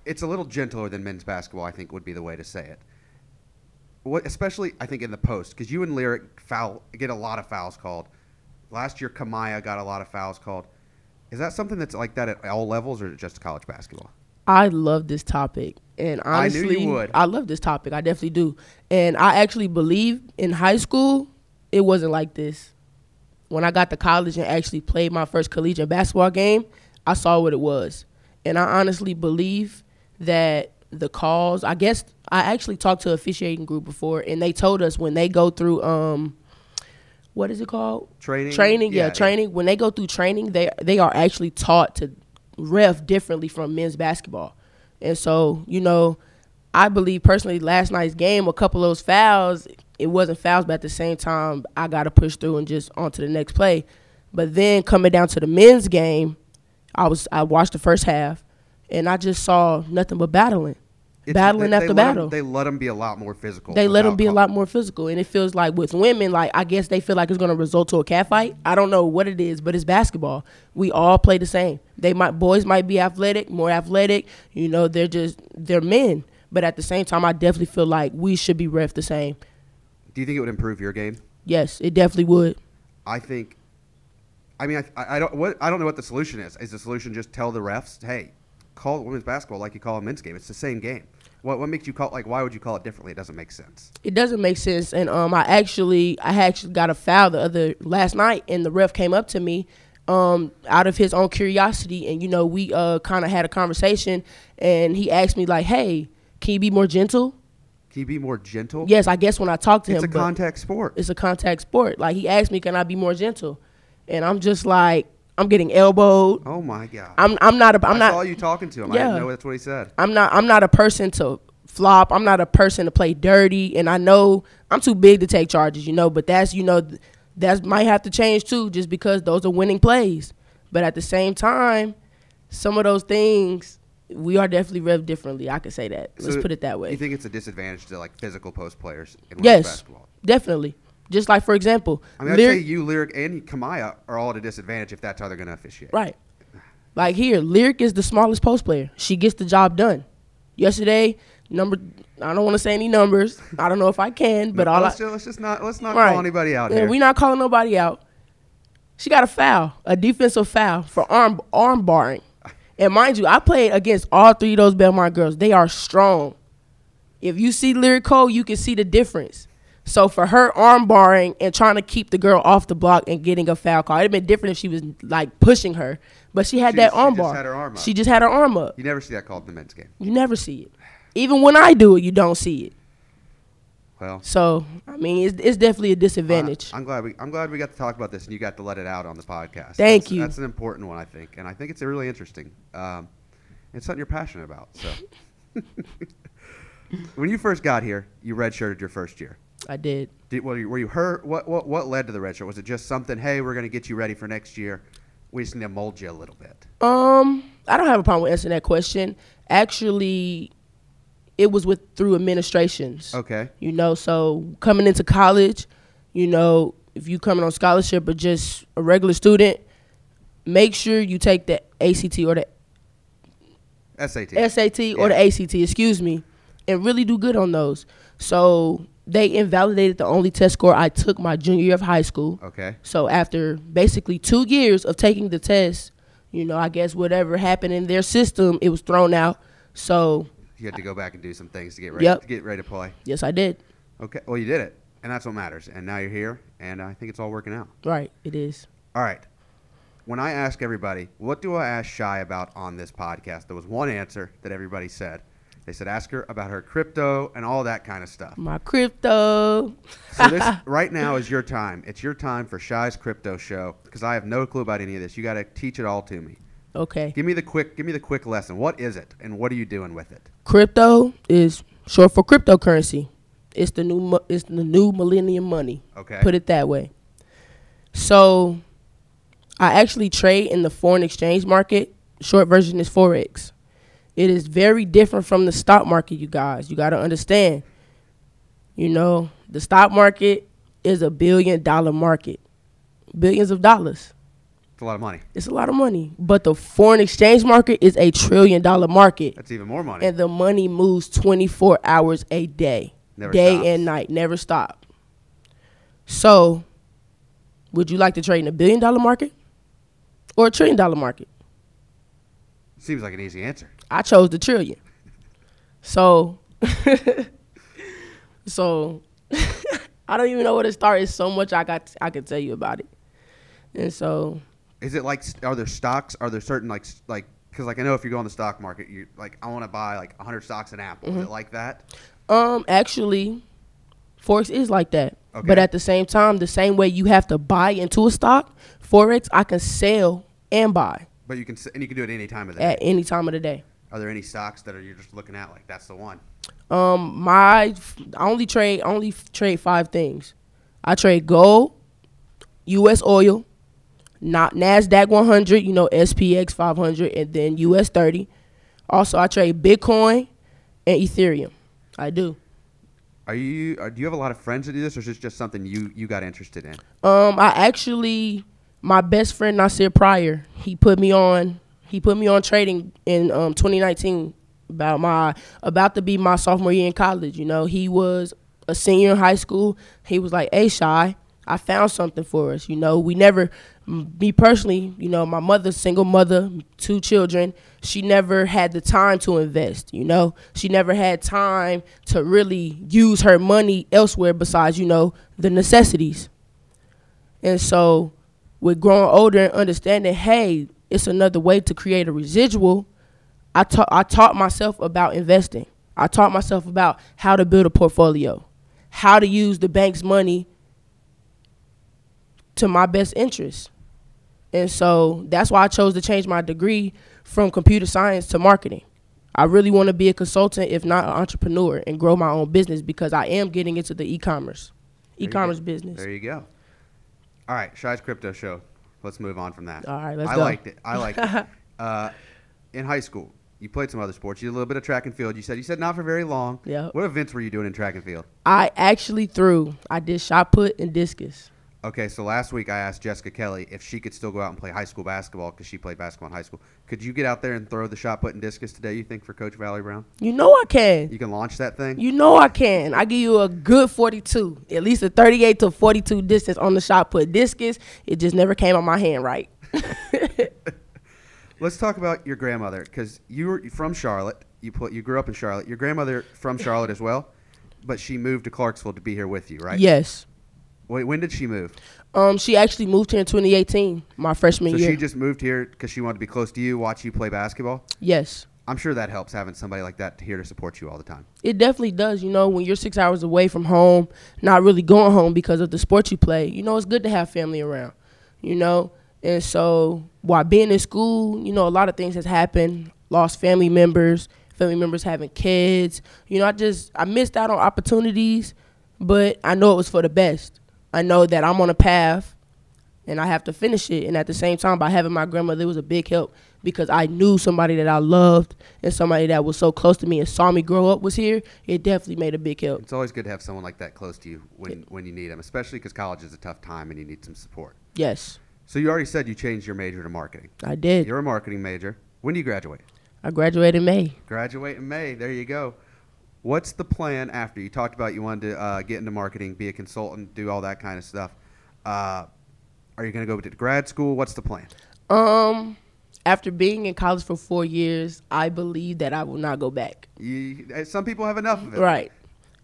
Speaker 2: it's a little gentler than men's basketball. I think would be the way to say it. What, especially I think in the post, because you and Lyric foul get a lot of fouls called. Last year, Kamaya got a lot of fouls called. Is that something that's like that at all levels, or just college basketball?
Speaker 5: I love this topic, and
Speaker 2: I knew you
Speaker 5: honestly,
Speaker 2: would.
Speaker 5: I love this topic. I definitely do, and I actually believe in high school it wasn't like this. When I got to college and actually played my first collegiate basketball game, I saw what it was, and I honestly believe that the calls. I guess I actually talked to an officiating group before, and they told us when they go through um, what is it called?
Speaker 2: Training?
Speaker 5: Training, yeah,
Speaker 2: Yeah, yeah.
Speaker 5: training. When they go through training, they they are actually taught to ref differently from men's basketball. And so, you know, I believe personally last night's game, a couple of those fouls, it wasn't fouls, but at the same time, I gotta push through and just on to the next play. But then coming down to the men's game, I was I watched the first half and I just saw nothing but battling.
Speaker 2: It's-
Speaker 5: battling
Speaker 2: they-
Speaker 5: after
Speaker 2: they let 'em-
Speaker 5: battle
Speaker 2: they let them be a lot more physical.
Speaker 5: they let them
Speaker 2: without
Speaker 5: be a
Speaker 2: call-
Speaker 5: lot more physical, and it feels like with women, like I guess they feel like it's gonna result to a cat fight. I don't know what it is, but it's basketball. We all play the same. They might boys might be athletic, more athletic. You know, they're just they're men, but at the same time, I definitely feel like we should be ref the same.
Speaker 2: Do you think it would improve your game?
Speaker 5: Yes, it definitely would.
Speaker 2: I think. I mean, I, I don't. What I don't know what the solution is. Is the solution just tell the refs, hey, call women's basketball like you call a men's game? It's the same game. What what makes you call like? Why would you call it differently? It doesn't make sense.
Speaker 5: It doesn't make sense. And um, I actually I actually got a foul the other last night, and the ref came up to me, um, out of his own curiosity, and you know we uh kind of had a conversation, and he asked me like, "Hey, can you be more gentle?"
Speaker 2: Can you be more gentle?
Speaker 5: Yes, I guess when I talked to
Speaker 2: it's
Speaker 5: him,
Speaker 2: a
Speaker 5: but
Speaker 2: contact sport.
Speaker 5: it's a contact sport. Like he asked me, "Can I be more gentle?" And I'm just like, I'm getting elbowed.
Speaker 2: Oh my god.
Speaker 5: I'm I'm not a, I'm
Speaker 2: I
Speaker 5: not
Speaker 2: saw you talking to him. I
Speaker 5: Yeah.
Speaker 2: didn't know that's what he said.
Speaker 5: I'm not I'm not a person to flop. I'm not a person to play dirty and I know I'm too big to take charges, you know, but that's you know th- that's might have to change too just because those are winning plays. But at the same time, some of those things we are definitely revved differently. I could say that. Let's
Speaker 2: So
Speaker 5: put it that way.
Speaker 2: You think it's a disadvantage to like physical post players in women's
Speaker 5: yes.
Speaker 2: basketball?
Speaker 5: Definitely. Just like for example,
Speaker 2: I mean, I'd
Speaker 5: Lyric-
Speaker 2: say you, Lyric, and Kamaya are all at a disadvantage if that's how they're going to officiate.
Speaker 5: Right. Like here, Lyric is the smallest post player. She gets the job done. Yesterday, number I don't want to say any numbers. I don't know if I can, but all I,
Speaker 2: let's, ju- let's just not let's not
Speaker 5: right.
Speaker 2: call anybody out
Speaker 5: yeah,
Speaker 2: here.
Speaker 5: We're not calling nobody out. She got a foul, a defensive foul for arm arm barring. And mind you, I played against all three of those Belmont girls. They are strong. If you see Lyric Cole, you can see the difference. So for her arm barring and trying to keep the girl off the block and getting a foul call, it'd been different if she was like pushing her, but she had
Speaker 2: She-
Speaker 5: that
Speaker 2: she
Speaker 5: arm
Speaker 2: just
Speaker 5: bar.
Speaker 2: had her arm up.
Speaker 5: She just had her arm up.
Speaker 2: you never see that called in the men's game.
Speaker 5: You never see it. Even when I do it, you don't see it.
Speaker 2: Well,
Speaker 5: So I mean, it's, it's definitely a disadvantage.
Speaker 2: I, am glad we I'm glad we got to talk about this and you got to let it out on the podcast.
Speaker 5: Thank
Speaker 2: That's-
Speaker 5: you.
Speaker 2: That's an important one, I think, and I think it's really interesting. Um, it's something you're passionate about. So, when you first got here, you redshirted your first year.
Speaker 5: I did.
Speaker 2: Did, were, you, were you hurt? What, what what led to the red shirt? Was it just something? Hey, we're going to get you ready for next year. We just need to mold you a little bit.
Speaker 5: Um, I don't have a problem with answering that question. Actually, it was with through administrations.
Speaker 2: Okay.
Speaker 5: You know, so coming into college, you know, if you coming on scholarship or just a regular student, make sure you take the ACT or the
Speaker 2: SAT.
Speaker 5: SAT or the
Speaker 2: Yeah.
Speaker 5: ACT, excuse me, and really do good on those. So they invalidated the only test score I took my junior year of high school.
Speaker 2: Okay.
Speaker 5: So after basically two years of taking the test, you know, I guess whatever happened in their system, it was thrown out. So
Speaker 2: You had to go back and do some things to get ready
Speaker 5: Yep.
Speaker 2: to get ready to play.
Speaker 5: yes, I did.
Speaker 2: Okay. Well, you did it, and that's what matters. And now you're here, and I think it's all working out.
Speaker 5: Right, it is.
Speaker 2: All right. When I ask everybody, what do I ask Shy about on this podcast? There was one answer that everybody said. They said ask her about her crypto and all that kind of stuff.
Speaker 5: My crypto.
Speaker 2: So this right now is your time. It's your time for Shy's crypto show because I have no clue about any of this. You got to teach it all to me.
Speaker 5: Okay.
Speaker 2: Give me the quick. Give me the quick lesson. What is it, and what are you doing with it?
Speaker 5: Crypto is short for cryptocurrency. It's the new mo- it's the new millennium money.
Speaker 2: Okay.
Speaker 5: Put it that way. So I actually trade in the foreign exchange market. Short version is forex. It is very different from the stock market, you guys. You got to understand. You know, the stock market is a billion dollar market. Billions of dollars.
Speaker 2: It's a lot of money.
Speaker 5: It's a lot of money, but the foreign exchange market is a trillion dollar market
Speaker 2: That's even more money.
Speaker 5: and the money moves 24 hours a day,
Speaker 2: Never
Speaker 5: day
Speaker 2: stops.
Speaker 5: and night, never stop. So, would you like to trade in a billion dollar market or a trillion dollar market?
Speaker 2: Seems like an easy answer.
Speaker 5: I chose the trillion. So, so I don't even know where to start. It's so much I got I could tell you about it, and so
Speaker 2: Is it like? Are there stocks? Are there certain like s- like? Because like I know if you go on the stock market, you like I want to buy like 100 stocks in Apple. Is it like that?
Speaker 5: Um, actually, Forex is like that. But
Speaker 2: Okay.
Speaker 5: at the same time, the same way you have to buy into a stock, Forex I can sell and buy
Speaker 2: But you can s- and you can do it any time of the
Speaker 5: at
Speaker 2: day.
Speaker 5: any time of the day.
Speaker 2: Are there any stocks that are you're just looking at like that's the one?
Speaker 5: Um, my I only trade I only f- trade five things. I trade gold, U.S. oil, not Nasdaq 100, you know SPX 500, and then U.S. 30. Also, I trade Bitcoin and Ethereum. I do.
Speaker 2: Are you? Are, do you have a lot of friends that do this, or is this just something you you got interested in?
Speaker 5: Um, I actually, my best friend Nasir Pryor, he put me on. He put me on trading in um, 2019 about my about to be my sophomore year in college. You know, he was a senior in high school. He was like, "Hey, shy, I found something for us." You know, we never, m- me personally, you know, my mother, single mother, two children. She never had the time to invest. You know, she never had time to really use her money elsewhere besides you know the necessities. And so, with growing older and understanding, hey, it's another way to create a residual. I taught I taught myself about investing. I taught myself about how to build a portfolio, how to use the bank's money to my best interest. And so that's why I chose to change my degree from computer science to marketing. I really want to be a consultant, if not an entrepreneur, and grow my own business because I am getting into the e-commerce,
Speaker 2: There you go.
Speaker 5: e-commerce business.
Speaker 2: There you go. All right, Shy's crypto show. Let's move on from that.
Speaker 5: All right, let's
Speaker 2: I
Speaker 5: go.
Speaker 2: liked it. I liked it. Uh, in high school, you played some other sports. You did a little bit of track and field. You said you said not for very long.
Speaker 5: Yeah.
Speaker 2: What events were you doing in track and field?
Speaker 5: I actually threw. I did shot put and discus.
Speaker 2: Okay, so last week I asked Jessica Kelly if she could still go out and play high school basketball because she played basketball in high school. Could you get out there and throw the shot put and discus today? You think for Coach Valerie Brown?
Speaker 5: You know I can.
Speaker 2: You can launch that thing.
Speaker 5: You know I can. I give you a good 42, at least a 38 to 42 distance on the shot put discus. It just never came on my hand right.
Speaker 2: Let's talk about your grandmother because you were from Charlotte. You put you grew up in Charlotte. Your grandmother from Charlotte as well, but she moved to Clarksville to be here with you, right?
Speaker 5: Yes.
Speaker 2: Wait, when did she move?
Speaker 5: Um, she actually moved here in 2018, my freshman
Speaker 2: So
Speaker 5: year.
Speaker 2: she just moved here because she wanted to be close to you, watch you play basketball.
Speaker 5: yes.
Speaker 2: I'm sure that helps having somebody like that here to support you all the time.
Speaker 5: It definitely does. You know, when you're six hours away from home, not really going home because of the sport you play, you know, it's good to have family around, you know? And so while being in school, you know, a lot of things has happened. Lost family members, family members having kids. You know, I just, I missed out on opportunities, but I know it was for the best. I know that I'm on a path and I have to finish it. And at the same time, by having my grandmother, it was a big help because I knew somebody that I loved and somebody that was so close to me and saw me grow up was here. It definitely made a big help.
Speaker 2: It's always good to have someone like that close to you when, when you need them, especially because college is a tough time and you need some support.
Speaker 5: Yes,
Speaker 2: So you already said you changed your major to marketing.
Speaker 5: I did.
Speaker 2: You're a marketing major. When do you graduate?
Speaker 5: I graduated in May.
Speaker 2: Graduate in May. There you go. What's the plan after? You talked about you wanted to uh, get into marketing, be a consultant, do all that kind of stuff. Uh, are you going to go to grad school? What's the plan?
Speaker 5: Um, after being in college for four years, I believe that I will not go back.
Speaker 2: You, uh, some people have enough of it.
Speaker 5: Right.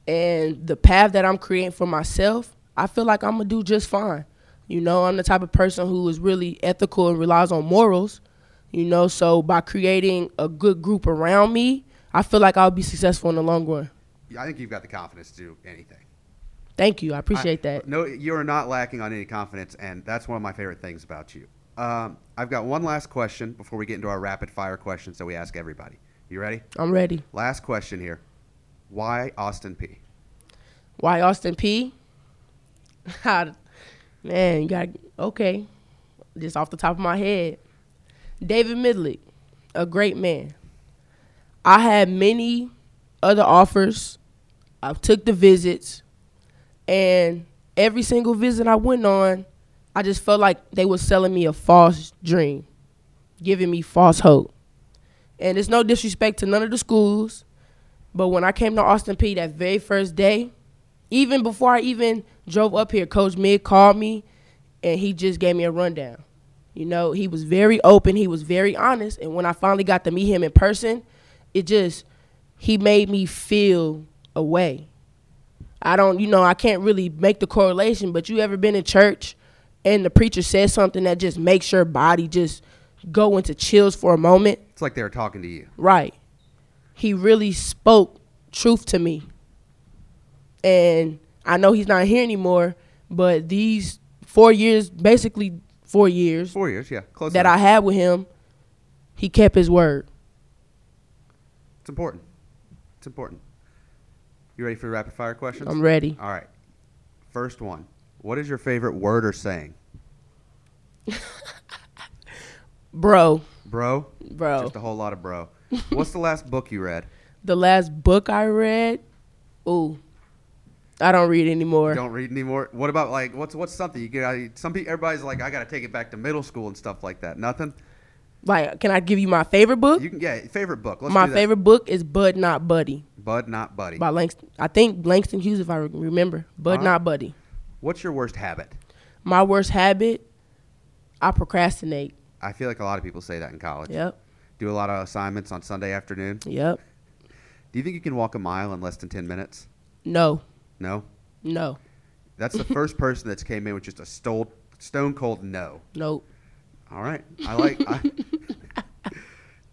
Speaker 5: And the path that I'm creating for myself, I feel like I'm gonna do just fine. You know, I'm the type of person who is really ethical and relies on morals. You know, so by creating a good group around me, I feel like I'll be successful in the long run.
Speaker 2: I think you've got the confidence to do anything.
Speaker 5: Thank you. I appreciate
Speaker 2: I-
Speaker 5: that.
Speaker 2: No, you are not lacking on any confidence, and that's one of my favorite things about you. Um, I've got one last question before we get into our rapid fire questions that we ask everybody. You ready?
Speaker 5: I'm ready.
Speaker 2: Last question here. Why Austin P?
Speaker 5: Why Austin P? Man, you got okay. Just off the top of my head, David Midlick, a great man. I had many other offers. I took the visits, and every single visit I went on, I just felt like they were selling me a false dream, giving me false hope. And it's no disrespect to none of the schools, but when I came to Austin P that very first day, even before I even drove up here, Coach Mid called me and he just gave me a rundown. You know, he was very open, he was very honest, and when I finally got to meet him in person, it just he made me feel away. I don't, you know, I can't really make the correlation, but you ever been in church and the preacher says something that just makes your body just go into chills for a moment?
Speaker 2: It's like they were talking to you.
Speaker 5: Right. He really spoke truth to me. And I know he's not here anymore, but these four years, basically four years
Speaker 2: Four years, yeah, close.
Speaker 5: that I
Speaker 2: enough.
Speaker 5: had with him, he kept his word.
Speaker 2: It's important. It's important. You ready for the rapid fire questions?
Speaker 5: I'm ready.
Speaker 2: All right. First one. What is your favorite word or saying,
Speaker 5: Bro,
Speaker 2: bro?
Speaker 5: bro.
Speaker 2: Just a whole lot of bro. What's the last book you read?
Speaker 5: The last book I read, ooh, I don't read anymore.
Speaker 2: don't read anymore. What about like what's what's something you get? out of- Some people, everybody's like, I gotta take it back to middle school and stuff like that. Nothing.
Speaker 5: Like, can I give you my favorite book?
Speaker 2: You can yeah, favorite book. Let's
Speaker 5: my
Speaker 2: do that.
Speaker 5: favorite book is Bud Not Buddy
Speaker 2: Bud, not buddy.
Speaker 5: by Langston. I think Langston Hughes, if I re- remember. Bud
Speaker 2: Uh-huh.
Speaker 5: Not Buddy.
Speaker 2: What's your worst habit?
Speaker 5: My worst habit, I procrastinate.
Speaker 2: I feel like a lot of people say that in college.
Speaker 5: Yep,
Speaker 2: Do a lot of assignments on Sunday afternoon.
Speaker 5: yep.
Speaker 2: Do you think you can walk a mile in less than ten minutes?
Speaker 5: No,
Speaker 2: No.
Speaker 5: no,
Speaker 2: That's the first person that's came in with just a stole, stone cold no.
Speaker 5: nope.
Speaker 2: All right. I like. I,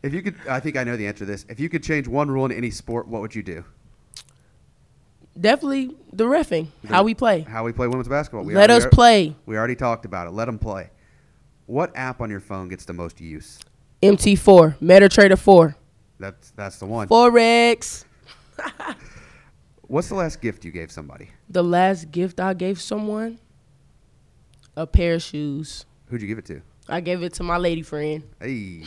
Speaker 2: if you could, I think I know the answer to this. If you could change one rule in any sport, what would you do?
Speaker 5: Definitely the refing, how we play.
Speaker 2: How we play women's basketball. We
Speaker 5: Let
Speaker 2: already
Speaker 5: us
Speaker 2: are-
Speaker 5: play.
Speaker 2: We already talked about it. Let them play. What app on your phone gets the most use?
Speaker 5: MT4, MetaTrader 4,
Speaker 2: That's that's the one.
Speaker 5: Forex.
Speaker 2: What's the last gift you gave somebody?
Speaker 5: The last gift I gave someone, a pair of shoes.
Speaker 2: Who'd you give it to?
Speaker 5: I gave it to my lady friend.
Speaker 2: Hey,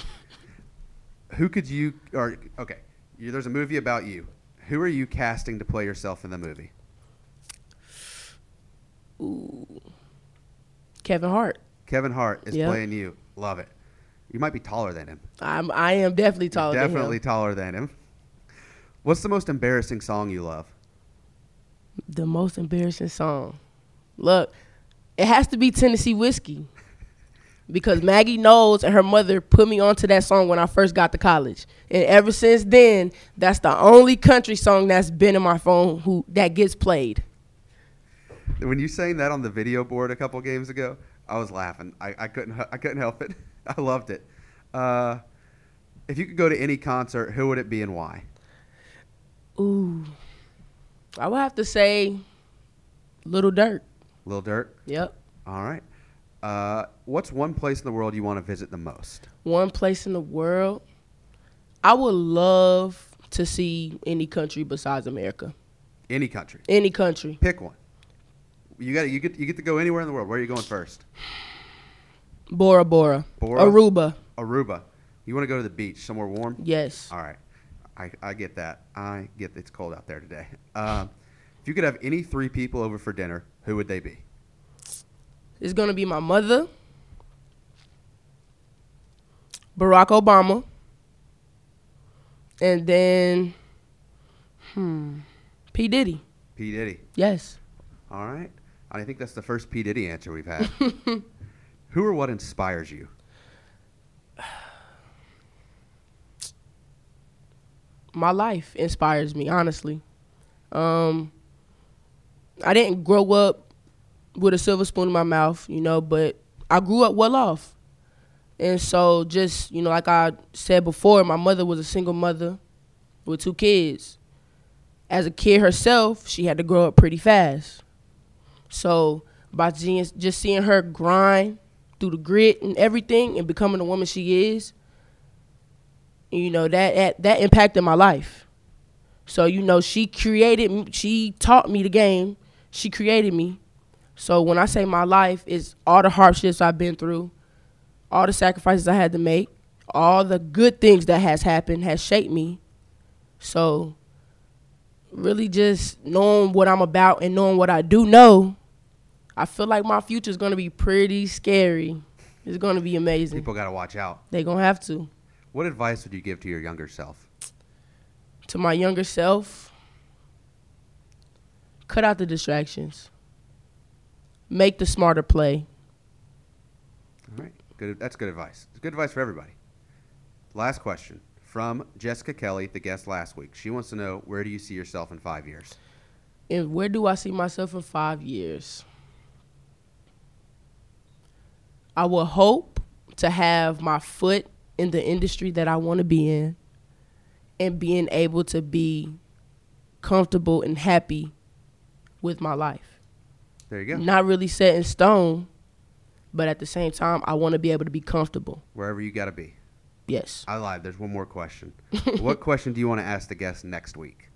Speaker 2: who could you? Or okay, you, there's a movie about you. Who are you casting to play yourself in the movie?
Speaker 5: Kevin Hart.
Speaker 2: Kevin Hart is
Speaker 5: Yeah.
Speaker 2: playing you. Love it. You might be taller than him.
Speaker 5: I'm I am definitely
Speaker 2: You're
Speaker 5: taller
Speaker 2: definitely
Speaker 5: than him.
Speaker 2: taller than him. What's the most embarrassing song you love?
Speaker 5: The most embarrassing song. Look, it has to be Tennessee Whiskey. Because Maggie knows and her mother put me onto that song when I first got to college. And ever since then, that's the only country song that's been in my phone who that gets played.
Speaker 2: When you sang that on the video board a couple games ago, I was laughing. I, I couldn't I couldn't help it. I loved it. Uh, if you could go to any concert, who would it be and why?
Speaker 5: Ooh. I would have to say Little Dirt.
Speaker 2: Lil Durk.
Speaker 5: Yep.
Speaker 2: All right. Uh, what's one place in the world you want to visit the most?
Speaker 5: One place in the world. I would love to see any country besides America.
Speaker 2: Any country.
Speaker 5: Any country.
Speaker 2: Pick one. You got you get you get to go anywhere in the world. Where are you going first?
Speaker 5: Bora Bora.
Speaker 2: Bora?
Speaker 5: Aruba.
Speaker 2: Aruba. You want to go to the beach, somewhere warm?
Speaker 5: Yes.
Speaker 2: All right. I, I get that. I get it's cold out there today. Um, if you could have any three people over for dinner, who would they be?
Speaker 5: It's going to be my mother, Barack Obama, and then, hmm, P. Diddy.
Speaker 2: P. Diddy.
Speaker 5: Yes.
Speaker 2: All right. I think that's the first P. Diddy answer we've had. who or what inspires you?
Speaker 5: my life inspires me honestly um i didn't grow up with a silver spoon in my mouth you know but i grew up well off and so just you know like i said before my mother was a single mother with two kids as a kid herself she had to grow up pretty fast so by gen- just seeing her grind through the grit and everything and becoming the woman she is you know that that, that impacted my life so you know she created m- she taught me the game she created me so when i say my life is all the hardships i've been through all the sacrifices i had to make all the good things that has happened has shaped me so really just knowing what i'm about and knowing what i do know i feel like my future is going to be pretty scary it's going to be amazing
Speaker 2: People got to watch out.
Speaker 5: they're going to have to
Speaker 2: What advice would you give to your younger self?
Speaker 5: to my younger self, cut out the distractions. Make the smarter play.
Speaker 2: All right. Good. That's good advice. It's good advice for everybody. Last question from Jessica Kelly, the guest last week. She wants to know where do you see yourself in five years?
Speaker 5: And where do I see myself in five years? I will hope to have my foot in the industry that I want to be in and being able to be comfortable and happy with my life.
Speaker 2: There you go.
Speaker 5: Not really set in stone, but at the same time, I want to be able to be comfortable.
Speaker 2: Wherever you got to be.
Speaker 5: Yes.
Speaker 2: I lied. There's one more question. what question do you want to ask the guest next week?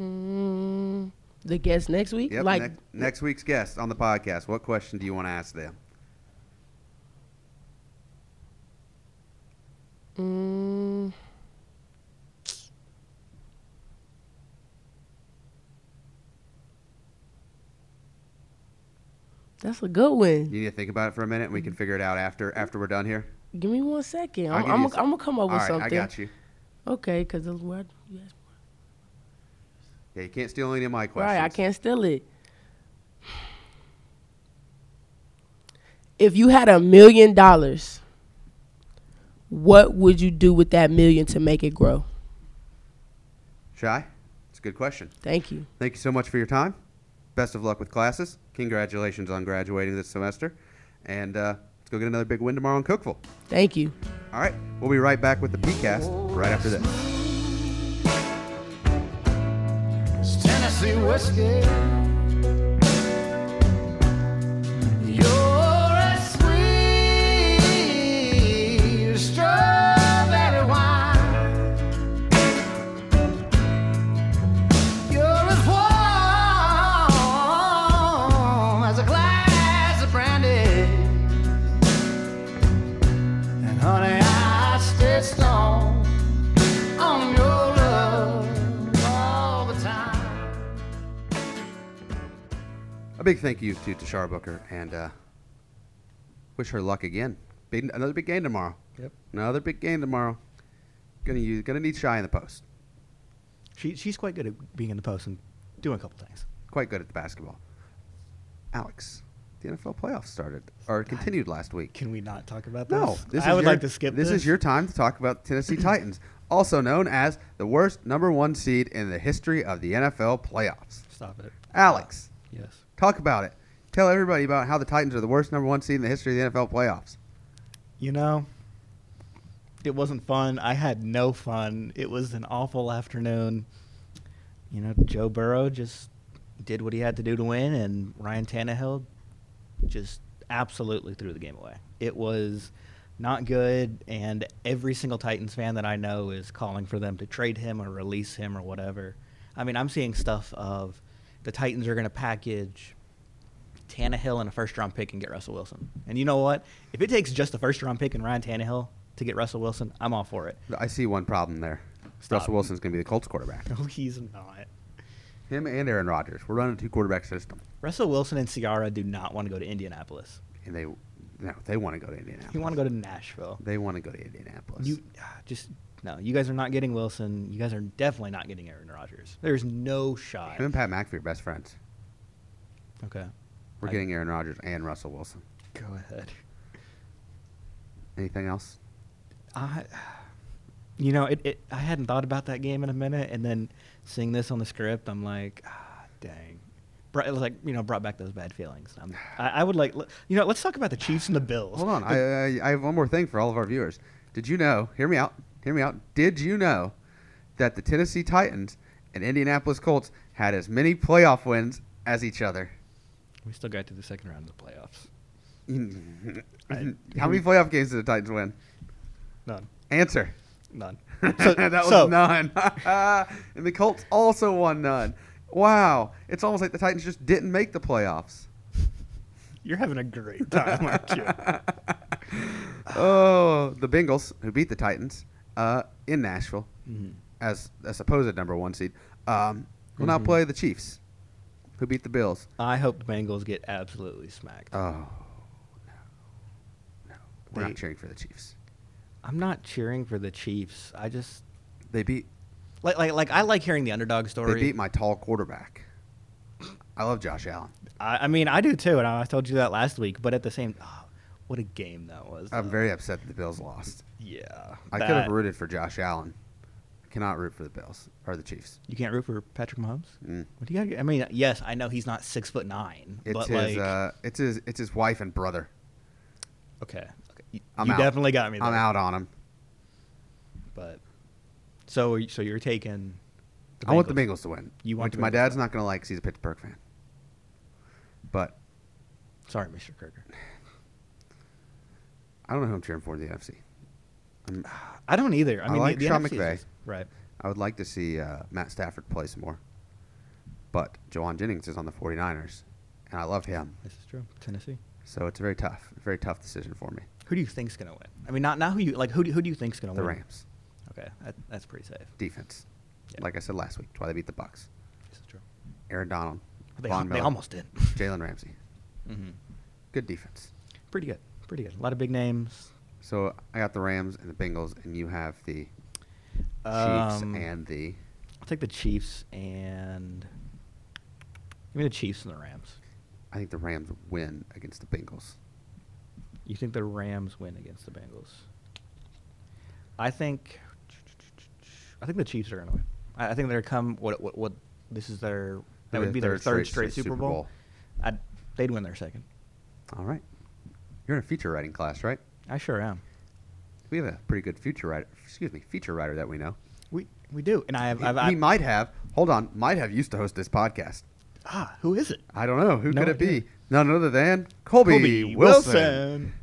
Speaker 5: Mm, the guest next week?
Speaker 2: Yep.
Speaker 5: like
Speaker 2: nec- next week's guest on the podcast. What question do you want to ask them?
Speaker 5: mm, That's a good one.
Speaker 2: You need to think about it for a minute, and we
Speaker 5: Mm-hmm.
Speaker 2: can figure it out after after we're done here.
Speaker 5: Give me one second.
Speaker 2: I'll
Speaker 5: I'm,
Speaker 2: give
Speaker 5: I'm,
Speaker 2: you a
Speaker 5: gonna- I'm gonna come up
Speaker 2: All
Speaker 5: with
Speaker 2: right,
Speaker 5: something.
Speaker 2: I got you.
Speaker 5: Okay, because that's where you asked me.
Speaker 2: Yeah, you can't steal any of my questions.
Speaker 5: Right, I can't steal it. If you had a million dollars, what would you do with that million to make it grow?
Speaker 2: Shy. It's a good question.
Speaker 5: Thank you.
Speaker 2: Thank you so much for your time. Best of luck with classes. Congratulations on graduating this semester, and uh, let's go get another big win tomorrow in Cookville.
Speaker 5: Thank you.
Speaker 2: All right, we'll be right back with the PCast right after this.
Speaker 1: Tennessee.
Speaker 6: Tennessee whiskey. You're as sweet as strawberry wine. You're as warm as a glass of brandy. And honey, I stay strong on your love all the time.
Speaker 2: A big thank you to Tashara Booker and uh, wish her luck again. Big, another big game tomorrow.
Speaker 3: Yep.
Speaker 2: Another big game tomorrow. Gonna use, gonna need Shy in the post.
Speaker 3: She, she's quite good at being in the post and doing a couple things.
Speaker 2: Quite good at the basketball. Alex, the NFL playoffs started or continued last week.
Speaker 3: Can we not talk about this?
Speaker 2: No, this
Speaker 3: I
Speaker 2: is
Speaker 3: would
Speaker 2: your-
Speaker 3: like to skip this.
Speaker 2: This is your time to talk about Tennessee Titans, also known as the worst number one seed in the history of the NFL playoffs.
Speaker 3: Stop it.
Speaker 2: Alex,
Speaker 3: Yes.
Speaker 2: talk about it. Tell everybody about how the Titans are the worst number one seed in the history of the NFL playoffs.
Speaker 3: You know, it wasn't fun. I had no fun. It was an awful afternoon. You know, Joe Burrow just did what he had to do to win, and Ryan Tannehill just absolutely threw the game away. It was not good, and every single Titans fan that I know is calling for them to trade him or release him or whatever. I mean, I'm seeing stuff of the Titans are going to package Tannehill and a first round pick and get Russell Wilson. And you know what? If it takes just a first round pick and Ryan Tannehill to get Russell Wilson, I'm all for it.
Speaker 2: I see one problem there.
Speaker 3: Stop.
Speaker 2: Russell Wilson's going to be the Colts quarterback.
Speaker 3: No, he's not.
Speaker 2: Him and Aaron Rodgers. We're running a two quarterback system,
Speaker 3: Russell Wilson and Ciara do not want to go to Indianapolis.
Speaker 2: and they no, they want to go to Indianapolis.
Speaker 3: He want to go to Nashville.
Speaker 2: They want to go to Indianapolis.
Speaker 3: You ah, just no. You guys are not getting Wilson. You guys are definitely not getting Aaron Rodgers. There's no shot.
Speaker 2: Him and Pat McAfee are best friends.
Speaker 3: Okay,
Speaker 2: We're
Speaker 3: I-
Speaker 2: getting Aaron Rodgers and Russell Wilson.
Speaker 3: go ahead.
Speaker 2: Anything else?
Speaker 3: I, you know, it, it. I hadn't thought about that game in a minute, and then seeing this on the script, I'm like, ah, dang. Brought, it was like you know, brought back those bad feelings. I'm, I, I would like, l- you know, let's talk about the Chiefs and the Bills.
Speaker 2: Hold on. I, I, I have one more thing for all of our viewers. Did you know? Hear me out. Hear me out. Did you know that the Tennessee Titans and Indianapolis Colts had as many playoff wins as each other?
Speaker 3: We still got to the second round of the playoffs.
Speaker 2: How many playoff games did the Titans win?
Speaker 3: None,
Speaker 2: Answer.
Speaker 3: none.
Speaker 2: that was
Speaker 3: so-
Speaker 2: none. and the Colts also won none. Wow. It's almost like the Titans just didn't make the playoffs.
Speaker 3: You're having a great time, aren't you?
Speaker 2: Oh, the Bengals, who beat the Titans uh, in Nashville
Speaker 3: Mm-hmm.
Speaker 2: as a supposed number one seed, um, will
Speaker 3: Mm-hmm.
Speaker 2: now play the Chiefs, who beat the Bills.
Speaker 3: I hope the Bengals get absolutely smacked.
Speaker 2: Oh, no. No. We're
Speaker 3: They-
Speaker 2: not cheering for the Chiefs.
Speaker 3: I'm not cheering for the Chiefs. I just
Speaker 2: They beat,
Speaker 3: like like like I like hearing the underdog
Speaker 2: they
Speaker 3: story.
Speaker 2: beat my tall quarterback. I love Josh Allen.
Speaker 3: I, I mean, I do too, and I, I told you that last week. But at the same, oh, what a game that was!
Speaker 2: I'm
Speaker 3: though.
Speaker 2: very upset that the Bills lost.
Speaker 3: yeah.
Speaker 2: I could have rooted for Josh Allen. I cannot root for the Bills or the Chiefs.
Speaker 3: You can't root for Patrick Mahomes.
Speaker 2: Mm.
Speaker 3: What do you got? I mean, yes, I know he's not six foot nine,
Speaker 2: It's
Speaker 3: but
Speaker 2: his,
Speaker 3: like,
Speaker 2: uh, it's his, it's his wife and brother.
Speaker 3: okay, okay. You,
Speaker 2: I'm
Speaker 3: you
Speaker 2: out.
Speaker 3: definitely got me. There,
Speaker 2: I'm out on him.
Speaker 3: But so, are you- so you're taking.
Speaker 2: I want the Bengals to win.
Speaker 3: You want
Speaker 2: which
Speaker 3: the
Speaker 2: my
Speaker 3: Bengals
Speaker 2: dad's
Speaker 3: to
Speaker 2: not going to like because he's a Pittsburgh fan. But
Speaker 3: Sorry, Mr. Kirker.
Speaker 2: I don't know who I'm cheering for in the NFC.
Speaker 3: I don't either. I,
Speaker 2: I
Speaker 3: mean,
Speaker 2: like
Speaker 3: the, the
Speaker 2: Sean
Speaker 3: NFC is
Speaker 2: McVay.
Speaker 3: just- right?
Speaker 2: I would like to see uh, Matt Stafford play some more. But Jawan Jennings is on the 49ers, and I love him.
Speaker 3: This is true. Tennessee.
Speaker 2: So it's a very tough, very tough decision for me.
Speaker 3: Who do you think's gonna win? I mean, not not who you like. Who do, who do you think's gonna
Speaker 2: The
Speaker 3: win?
Speaker 2: Rams
Speaker 3: Okay, that, that's pretty safe.
Speaker 2: defense,
Speaker 3: Yeah.
Speaker 2: like I said last week, that's why they beat the Bucks.
Speaker 3: This is true.
Speaker 2: Aaron Donald,
Speaker 3: They,
Speaker 2: Von
Speaker 3: al- they
Speaker 2: Miller,
Speaker 3: almost did.
Speaker 2: Jalen Ramsey,
Speaker 3: hmm
Speaker 2: good defense.
Speaker 3: Pretty good. Pretty good. A lot of big names.
Speaker 2: So I got the Rams and the Bengals, and you have the Chiefs
Speaker 3: Um,
Speaker 2: and the
Speaker 3: I'll take the Chiefs and give me the Chiefs and the Rams.
Speaker 2: I think the Rams win against the Bengals.
Speaker 3: You think the Rams win against the Bengals? I think I think the Chiefs are going to win. I, I think they're come what what what this is their
Speaker 2: be
Speaker 3: that would
Speaker 2: the
Speaker 3: be their
Speaker 2: third
Speaker 3: third
Speaker 2: straight
Speaker 3: straight,
Speaker 2: Super
Speaker 3: Super Bowl.
Speaker 2: Bowl.
Speaker 3: I'd, they'd win their second.
Speaker 2: All right. You're in a feature writing class, right?
Speaker 3: I sure am.
Speaker 2: We have a pretty good future writer. Excuse me, feature writer that we know.
Speaker 3: We We do. And I have.
Speaker 2: He,
Speaker 3: I've,
Speaker 2: he
Speaker 3: I've,
Speaker 2: might have. Hold on, might have used to host this podcast.
Speaker 3: ah, who is it?
Speaker 2: I don't know who
Speaker 3: No
Speaker 2: could it
Speaker 3: idea.
Speaker 2: be. None other than Colby,
Speaker 3: Colby
Speaker 2: Wilson.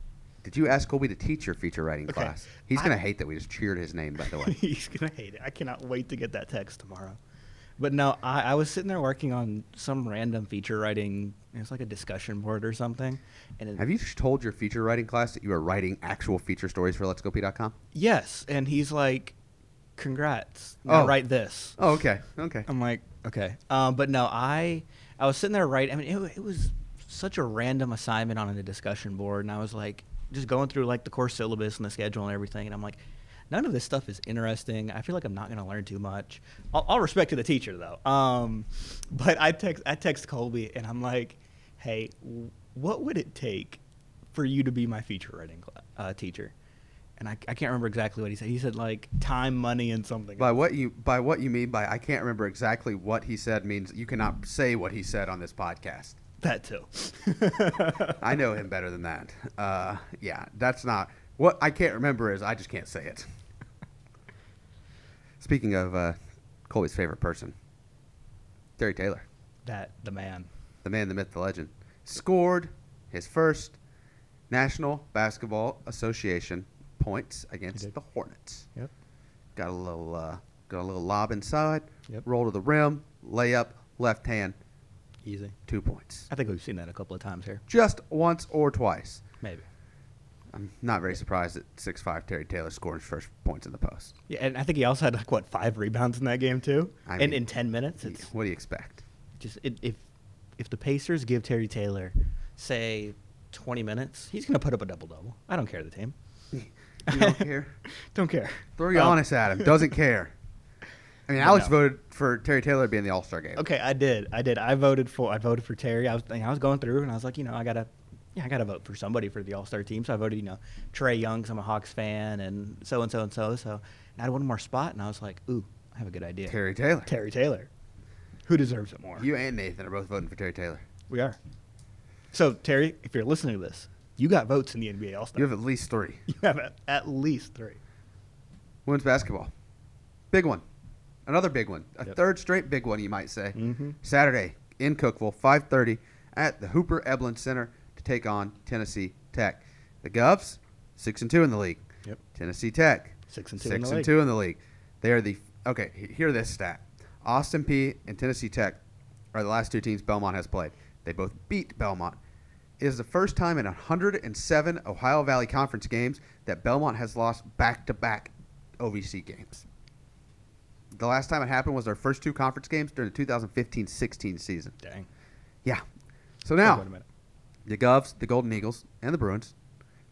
Speaker 2: Did you ask Colby to teach your feature writing
Speaker 3: Okay.
Speaker 2: class? He's
Speaker 3: I-
Speaker 2: gonna hate that we just cheered his name. By the way,
Speaker 3: He's gonna hate it. I cannot wait to get that text tomorrow. But no, I, I was sitting there working on some random feature writing. It was like a discussion board or something. And it,
Speaker 2: have you told your feature writing class that you are writing actual feature stories for Let's Go P.com?
Speaker 3: yes, and he's like, "Congrats! Now
Speaker 2: Oh.
Speaker 3: write this."
Speaker 2: Oh, okay, okay.
Speaker 3: I'm like, okay. Um, but no, I I was sitting there writing. I mean, it, wa- it was such a random assignment on a discussion board, and I was like, just going through like the course syllabus and the schedule and everything, and I'm like, none of this stuff is interesting. I feel like I'm not going to learn too much. All, all respect to the teacher though. Um, but I text I text Colby, and I'm like, hey, w- what would it take for you to be my feature writing cla uh, teacher? And I, I can't remember exactly what he said. He said like time, money, and something.
Speaker 2: By what you by what you mean by I can't remember exactly what he said means you cannot say what he said on this podcast.
Speaker 3: that too.
Speaker 2: I know him better than that. Uh, yeah, that's not what I can't remember is I just can't say it. Speaking of uh, Colby's favorite person, Terry Taylor,
Speaker 3: that the man.
Speaker 2: the man, the myth, the legend, scored his first National Basketball Association points against
Speaker 3: did.
Speaker 2: the Hornets.
Speaker 3: Yep.
Speaker 2: Got a little uh, got a little lob inside,
Speaker 3: Yep.
Speaker 2: roll to the rim, layup, left hand,
Speaker 3: Easy.
Speaker 2: two points.
Speaker 3: I think we've seen that a couple of times here.
Speaker 2: Just once or twice.
Speaker 3: Maybe.
Speaker 2: I'm not very surprised that six five Terry Taylor scored his first points in the post.
Speaker 3: Yeah, and I think he also had like what five rebounds in that game too,
Speaker 2: I
Speaker 3: and
Speaker 2: mean,
Speaker 3: in ten minutes, it's
Speaker 2: what do you expect?
Speaker 3: just it, if if the Pacers give Terry Taylor say twenty minutes, he's gonna put up a double double. I don't care the team.
Speaker 2: You don't care.
Speaker 3: Don't care.
Speaker 2: Throw your
Speaker 3: Um,
Speaker 2: honest at him. Doesn't care. I mean,
Speaker 3: But
Speaker 2: Alex
Speaker 3: no.
Speaker 2: voted for Terry Taylor to be in the All Star game.
Speaker 3: Okay, I did. I did. I voted for. I voted for Terry. I was. I was going through, and I was like, you know, I gotta, yeah, I gotta vote for somebody for the All Star team. So I voted, you know, Trey Young. 'cause I'm a Hawks fan, and so and so and so. So and I had one more spot, and I was like, ooh, I have a good idea.
Speaker 2: Terry Taylor.
Speaker 3: Terry Taylor. Who deserves it more?
Speaker 2: You and Nathan are both voting for Terry Taylor.
Speaker 3: we are. So Terry, if you're listening to this, you got votes in the NBA All Star.
Speaker 2: You have at least three.
Speaker 3: at, at least three.
Speaker 2: Women's basketball. Big one. Another big one. A
Speaker 3: Yep. Mm-hmm.
Speaker 2: third straight big one, you might say. Saturday in Cookville, 5.30 at the Hooper Eblin Center to take on Tennessee Tech. The Govs, 6 and two in the league.
Speaker 3: Yep.
Speaker 2: Tennessee Tech,
Speaker 3: Six and two
Speaker 2: six
Speaker 3: in the
Speaker 2: and
Speaker 3: league.
Speaker 2: two in the league. They are the – okay, he- hear this stat. Austin P and Tennessee Tech are the last two teams Belmont has played. They both beat Belmont. It is the first time in 107 Ohio Valley Conference games that Belmont has lost back-to-back OVC games. The last time it happened was their first two conference games during the 2015-16 season.
Speaker 3: Dang.
Speaker 2: Yeah. So
Speaker 3: Wait
Speaker 2: now
Speaker 3: a minute.
Speaker 2: the Govs, the Golden Eagles, and the Bruins,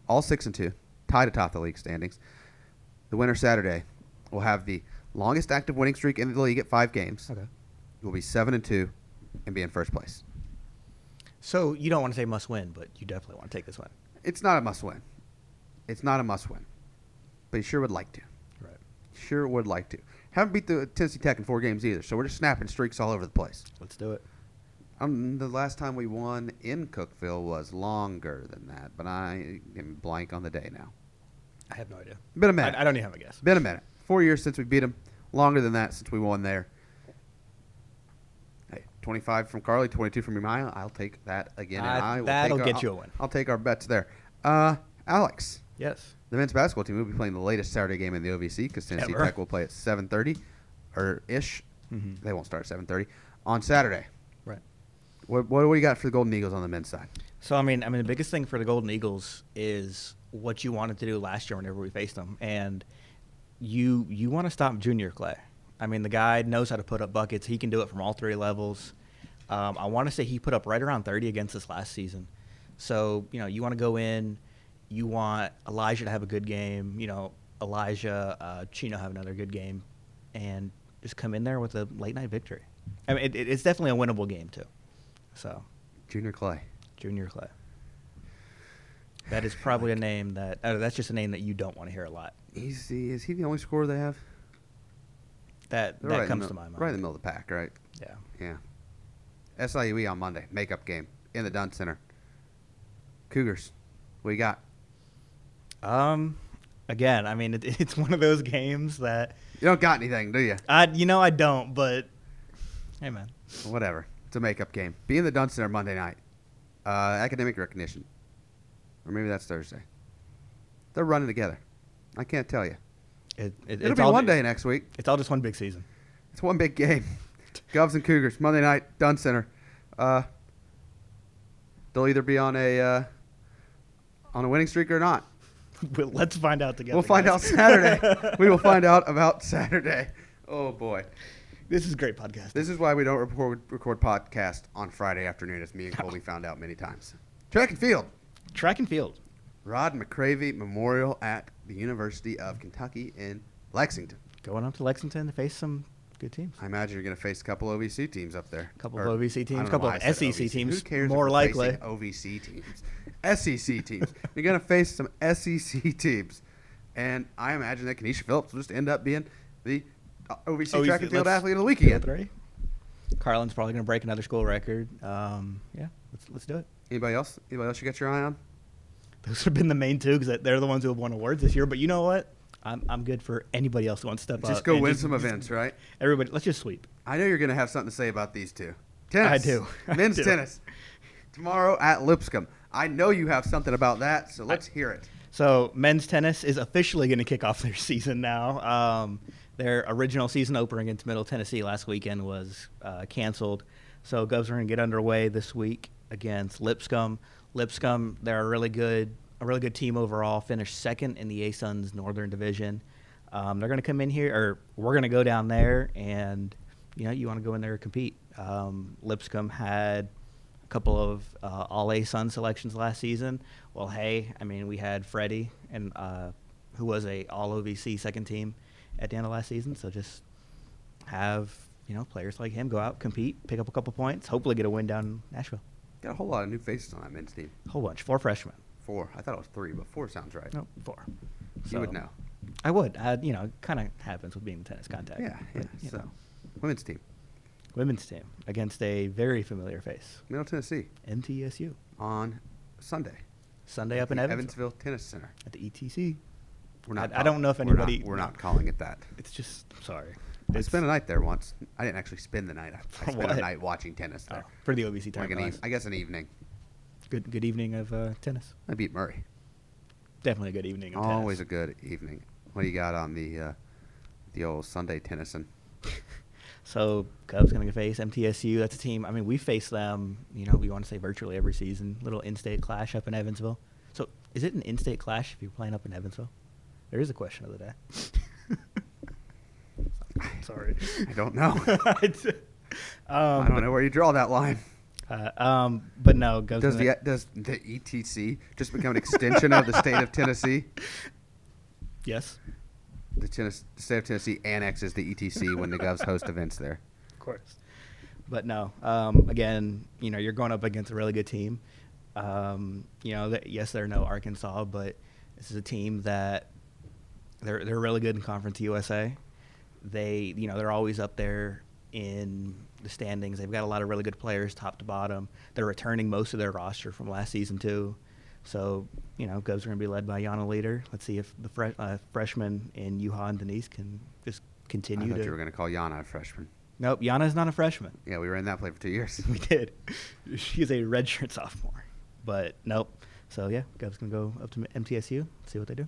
Speaker 2: all six and two, tied atop the league standings. The winner Saturday will have the longest active winning streak in the league at five games.
Speaker 3: Okay.
Speaker 2: Will be seven and two, and be in first place.
Speaker 3: So you don't want to say must win, but you definitely want to take this one.
Speaker 2: It's not a must win. It's not a must win, but you sure would like to.
Speaker 3: Right.
Speaker 2: Sure would like to. Haven't beat the Tennessee Tech in four games either, so we're just snapping streaks all over the place.
Speaker 3: Let's do it.
Speaker 2: Um, the last time we won in Cookville was longer than that, but I am blank on the day now.
Speaker 3: I have no idea.
Speaker 2: Been a minute.
Speaker 3: I, I don't even have a guess.
Speaker 2: It's been a minute. Four years since we beat them. Longer than that since we won there. Hey, 25 from Carly, 22 from Emaya. I'll take that again. and
Speaker 3: I-
Speaker 2: I will
Speaker 3: that'll
Speaker 2: take our-
Speaker 3: get you a win.
Speaker 2: I'll take our bets there. Uh, Alex,
Speaker 3: Yes.
Speaker 2: the men's basketball team will be playing the latest Saturday game in the OVC because Tennessee
Speaker 3: Ever.
Speaker 2: Tech will play at 7:30 or ish.
Speaker 3: Mm-hmm.
Speaker 2: They won't start at 7:30 on Saturday.
Speaker 3: Right.
Speaker 2: What, what do we got for the Golden Eagles on the men's side?
Speaker 3: So I mean, I mean, the biggest thing for the Golden Eagles is what you wanted to do last year whenever we faced them, and you you want to stop Junior Clay. I mean, the guy knows how to put up buckets. He can do it from all three levels. Um, I want to say he put up right around 30 against us last season. So you know, you want to go in, you want Elijah to have a good game. You know, Elijah uh, Chino have another good game, and just come in there with a late night victory. I mean, it, it- it's definitely a winnable game too. So
Speaker 2: Junior Clay.
Speaker 3: Junior Clay. That is probably a name that uh, that's just a name that you don't want to hear a lot.
Speaker 2: He's the, is he the only scorer they have?
Speaker 3: That
Speaker 2: They're
Speaker 3: that
Speaker 2: right in
Speaker 3: comes
Speaker 2: the-
Speaker 3: to my mind.
Speaker 2: Right in the middle of the pack, right?
Speaker 3: Yeah.
Speaker 2: Yeah. SIUE E on Monday, makeup game in the Dunn Center. Cougars, what you got?
Speaker 3: Um, again, I mean, it, it's one of those games that
Speaker 2: You don't got anything, do you?
Speaker 3: I, you know, I don't. But hey, man,
Speaker 2: Whatever. It's a makeup game. Be in the Dunn Center Monday night. Uh, academic recognition. Or maybe that's Thursday. They're running together. I can't tell you.
Speaker 3: it, it,
Speaker 2: It'll
Speaker 3: it's
Speaker 2: be
Speaker 3: all
Speaker 2: one day next week.
Speaker 3: It's all just one big season.
Speaker 2: It's one big game. Govs and Cougars, Monday night, Dunn Center. Uh, they'll either be on a uh, on a winning streak or not.
Speaker 3: Well, let's find out together.
Speaker 2: We'll find out
Speaker 3: guys.
Speaker 2: Saturday. we will find out about Saturday. Oh boy,
Speaker 3: This is great podcast.
Speaker 2: this is why we don't record, record podcast on Friday afternoon, as me and Colby found out many times. Track and field,
Speaker 3: Track and field.
Speaker 2: Rod McCravey Memorial at the University of Kentucky in Lexington.
Speaker 3: Going up to Lexington to face some good teams.
Speaker 2: I imagine you're going to face a couple OVC teams up there.
Speaker 3: Couple of
Speaker 2: Or-
Speaker 3: OVC
Speaker 2: I
Speaker 3: teams,
Speaker 2: don't know
Speaker 3: couple
Speaker 2: why
Speaker 3: of
Speaker 2: I said
Speaker 3: SEC
Speaker 2: OVC.
Speaker 3: teams,
Speaker 2: Who cares if
Speaker 3: more
Speaker 2: we're facing
Speaker 3: likely.
Speaker 2: OVC teams, SEC teams. You're going to face some SEC teams, and I imagine that Kenesha Phillips will just end up being the uh, OVC
Speaker 3: Oh,
Speaker 2: track
Speaker 3: he's-
Speaker 2: and field
Speaker 3: let's-
Speaker 2: athlete of the week again.
Speaker 3: Three. Carlin's probably going to break another school record. Um, yeah, let's let's do it.
Speaker 2: Anybody else? Anybody else you got your eye on?
Speaker 3: Those have been the main two because they're the ones who have won awards this year. But you know what? I'm, I'm good for anybody else who wants to step up.
Speaker 2: Just go
Speaker 3: and
Speaker 2: win
Speaker 3: just-
Speaker 2: some
Speaker 3: just-
Speaker 2: events, right?
Speaker 3: Everybody, let's just sweep.
Speaker 2: I know you're going to have something to say about these two. Tennis.
Speaker 3: do. I
Speaker 2: Men's
Speaker 3: do.
Speaker 2: tennis. Tomorrow at Lipscomb. I know you have something about that, so let's hear it.
Speaker 3: So men's tennis is officially going to kick off their season now. Um, their original season opener against Middle Tennessee last weekend was uh, canceled, so Govs are going to get underway this week against Lipscomb. Lipscomb, they're a really good, a really good team overall. Finished second in the A Suns Northern Division. Um, they're going to come in here, or we're going to go down there, and you know you want to go in there and compete. Um, Lipscomb had a couple of uh, All A Sun selections last season. Well, hey, I mean, we had Freddie and uh, who was a All OVC second team at the end of last season. So just have you know players like him go out, compete, pick up a couple points, hopefully get a win down in Nashville.
Speaker 2: Got a whole lot of new faces on that men's team.
Speaker 3: Whole bunch, four freshmen.
Speaker 2: Four. I thought it was three, but four sounds right.
Speaker 3: No, four.
Speaker 2: You would know.
Speaker 3: I would. I, you know, kind of happens with being a tennis contact.
Speaker 2: Yeah, yeah.
Speaker 3: but, you
Speaker 2: so,
Speaker 3: know.
Speaker 2: women's team,
Speaker 3: women's team against a very familiar face,
Speaker 2: Middle Tennessee,
Speaker 3: MTSU,
Speaker 2: on Sunday.
Speaker 3: Sunday up in
Speaker 2: The
Speaker 3: Evansville,
Speaker 2: Evansville Tennis Center.
Speaker 3: at the E ETC.
Speaker 2: We're not.
Speaker 3: I- I don't know if
Speaker 2: we're not-
Speaker 3: anybody-
Speaker 2: We're not, calling it that.
Speaker 3: It's just I'm sorry.
Speaker 2: I
Speaker 3: It's-
Speaker 2: spent a night there once. I didn't actually spend the night. I, I spent a
Speaker 3: What?
Speaker 2: night watching tennis
Speaker 3: Oh,
Speaker 2: there.
Speaker 3: for the OVC time.
Speaker 2: like an eve- I guess an evening.
Speaker 3: good, good evening of uh, tennis.
Speaker 2: I beat Murray.
Speaker 3: Definitely a good evening of
Speaker 2: Always a
Speaker 3: tennis.
Speaker 2: good evening. What do you got on the uh, the old Sunday tennising?
Speaker 3: So Cubs going to face MTSU. That's a team. I mean, we face them. You know, we want to say virtually every season. Little in-state clash up in Evansville. So is it an in-state clash if you're playing up in Evansville? There is a question of the day. Sorry.
Speaker 2: I don't know. I
Speaker 3: um,
Speaker 2: don't know where you draw that line.
Speaker 3: uh, um, but no, Cubs
Speaker 2: Does
Speaker 3: gonna-
Speaker 2: the does the ETC just become an extension of the state of Tennessee?
Speaker 3: yes,
Speaker 2: the Tennessee, state of Tennessee annexes the ETC when the Govs host events there.
Speaker 3: of course. But no, um, again, you know, you're going up against a really good team. Um, you know, that, yes, they're no Arkansas, but this is a team that they're they're really good in Conference USA. They, you know, they're always up there in the standings. They've got a lot of really good players, top to bottom. They're returning most of their roster from last season too. So, you know, Govs are going to be led by Yana Leader. Let's see if the fre- uh, freshman in Yuha and Denise can just
Speaker 2: I
Speaker 3: continue
Speaker 2: thought
Speaker 3: to.
Speaker 2: you were going to call Yana a freshman.
Speaker 3: Nope, Yana's not a freshman.
Speaker 2: Yeah, we were in that play for two years.
Speaker 3: We did. She's a redshirt sophomore, but nope. So yeah, Gov's gonna go up to M- MTSU, see what they do.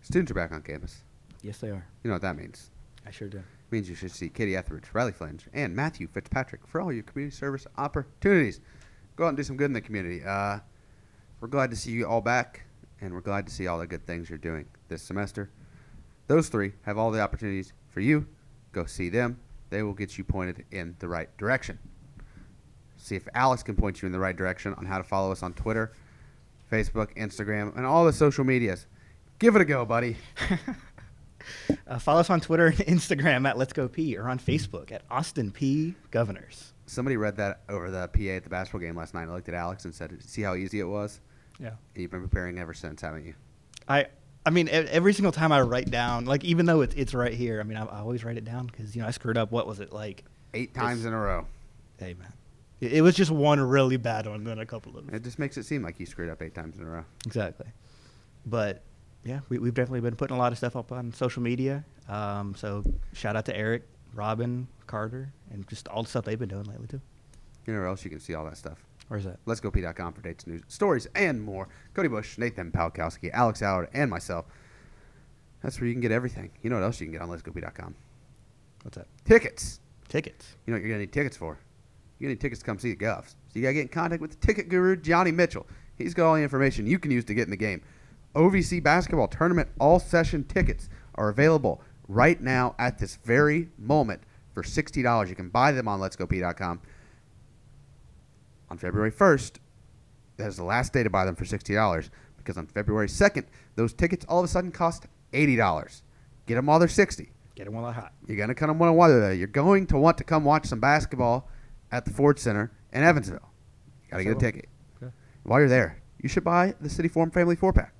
Speaker 2: Students are back on campus.
Speaker 3: Yes, they are.
Speaker 2: You know what that means.
Speaker 3: I sure do.
Speaker 2: It means you should see Katie Etheridge, Riley Flinge, and Matthew Fitzpatrick for all your community service opportunities. Go out and do some good in the community. Uh, we're glad to see you all back, and we're glad to see all the good things you're doing this semester. Those three have all the opportunities for you. Go see them. They will get you pointed in the right direction. See if Alex can point you in the right direction on how to follow us on Twitter, Facebook, Instagram, and all the social medias. Give it a go, buddy.
Speaker 3: Uh, follow us on Twitter and Instagram at Let's Go P or on Facebook at Austin P Governors.
Speaker 2: Somebody read that over the PA at the basketball game last night. and looked at Alex and said, "See how easy it was."
Speaker 3: Yeah.
Speaker 2: And you've been preparing ever since, haven't you?
Speaker 3: I I mean e- every single time I write down like even though it's it's right here I mean I, I always write it down because you know I screwed up what was it like
Speaker 2: Eight times in a row.
Speaker 3: hey man it, it was just one really bad one then a couple of
Speaker 2: It just makes it seem like you screwed up eight times in a row.
Speaker 3: Exactly. But yeah, we, we've definitely been putting a lot of stuff up on social media. Um, so shout out to Eric, Robin, Carter, and just all the stuff they've been doing lately too.
Speaker 2: You know where else you can see all that stuff?
Speaker 3: Where's that?
Speaker 2: Let's go P.com for dates, news, stories, and more. Cody Bush, Nathan Palkowski, Alex Howard, and myself. That's where you can get everything. You know what else you can get on Let's Go P.com?
Speaker 3: What's that?
Speaker 2: Tickets.
Speaker 3: Tickets.
Speaker 2: You know what you're going to need tickets for? You're going to need tickets to come see the Govs. So you got to get in contact with the ticket guru, Johnny Mitchell. He's got all the information you can use to get in the game. OVC basketball tournament all session tickets are available right now at this very moment for $60. You can buy them on letsgop.com. On February 1st, that is the last day to buy them for $60 because on February 2nd, those tickets all of a sudden cost $80. Get them while they're 60
Speaker 3: Get them while they're hot.
Speaker 2: you're going to come want to watch that. You're going to want to come watch some basketball at the Ford Center in Evansville. You got to
Speaker 3: Yes, I
Speaker 2: get a
Speaker 3: will.
Speaker 2: ticket.
Speaker 3: Okay.
Speaker 2: While you're there, you should buy the City Forum Family Four Pack.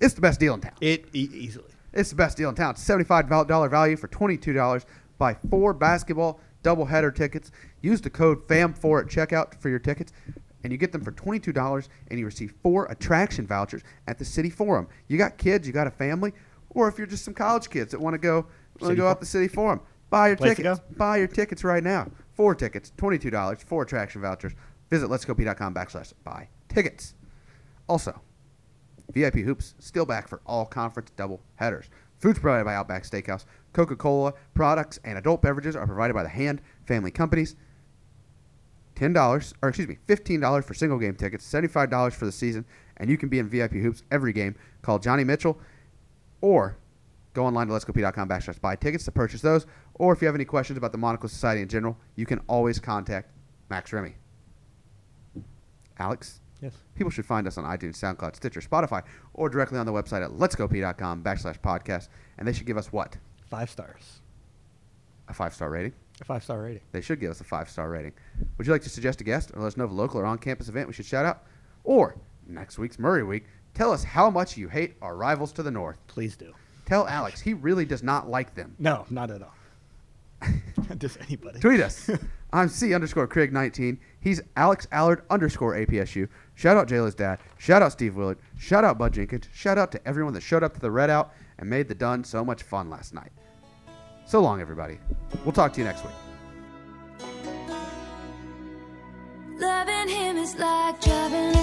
Speaker 2: It's the best deal in town.
Speaker 3: It e- easily.
Speaker 2: It's the best deal in town. It's $75 value for $22. Buy four basketball doubleheader tickets. Use the code FAM4 at checkout for your tickets, and you get them for $22, and you receive four attraction vouchers at the City Forum. You got kids, you got a family, or if you're just some college kids that want to go, want to
Speaker 3: City
Speaker 2: go out
Speaker 3: Forum.
Speaker 2: the City Forum, buy your
Speaker 3: Place to
Speaker 2: tickets. Buy your tickets right now. Four tickets, $22, four attraction vouchers. Visit letsgop.com backslash buy tickets. Also, VIP Hoops still back for all conference double headers. Food's provided by Outback Steakhouse. Coca-Cola products and adult beverages are provided by the Hand Family Companies. Ten dollars, or excuse me, fifteen dollars for single game tickets, seventy-five dollars for the season, and you can be in VIP Hoops every game. Call Johnny Mitchell, or go online to letsgop.com backslash buy tickets to purchase those. Or if you have any questions about the Monocle Society in general, you can always contact Max Remy. Alex,
Speaker 3: Yes.
Speaker 2: People should find us on iTunes, SoundCloud, Stitcher, Spotify, or directly on the website at letsgop.com backslash podcast. And they should give us what?
Speaker 3: Five stars.
Speaker 2: A five star rating?
Speaker 3: A five star rating.
Speaker 2: They should give us a five star rating. Would you like to suggest a guest or let us know of a local or on campus event we should shout out? Or next week's Murray Week, tell us how much you hate our rivals to the north.
Speaker 3: Please do.
Speaker 2: Tell Alex he really does not like them.
Speaker 3: No, not at all. Just anybody.
Speaker 2: Tweet us. I'm C underscore Craig 19. He's Alex Allard underscore APSU. Shout out Jayla's dad. Shout out Steve Willard. Shout out Bud Jenkins. Shout out to everyone that showed up to the Red Out and made the Dun so much fun last night. So long, everybody. We'll talk to you next week.
Speaker 7: Loving him is like driving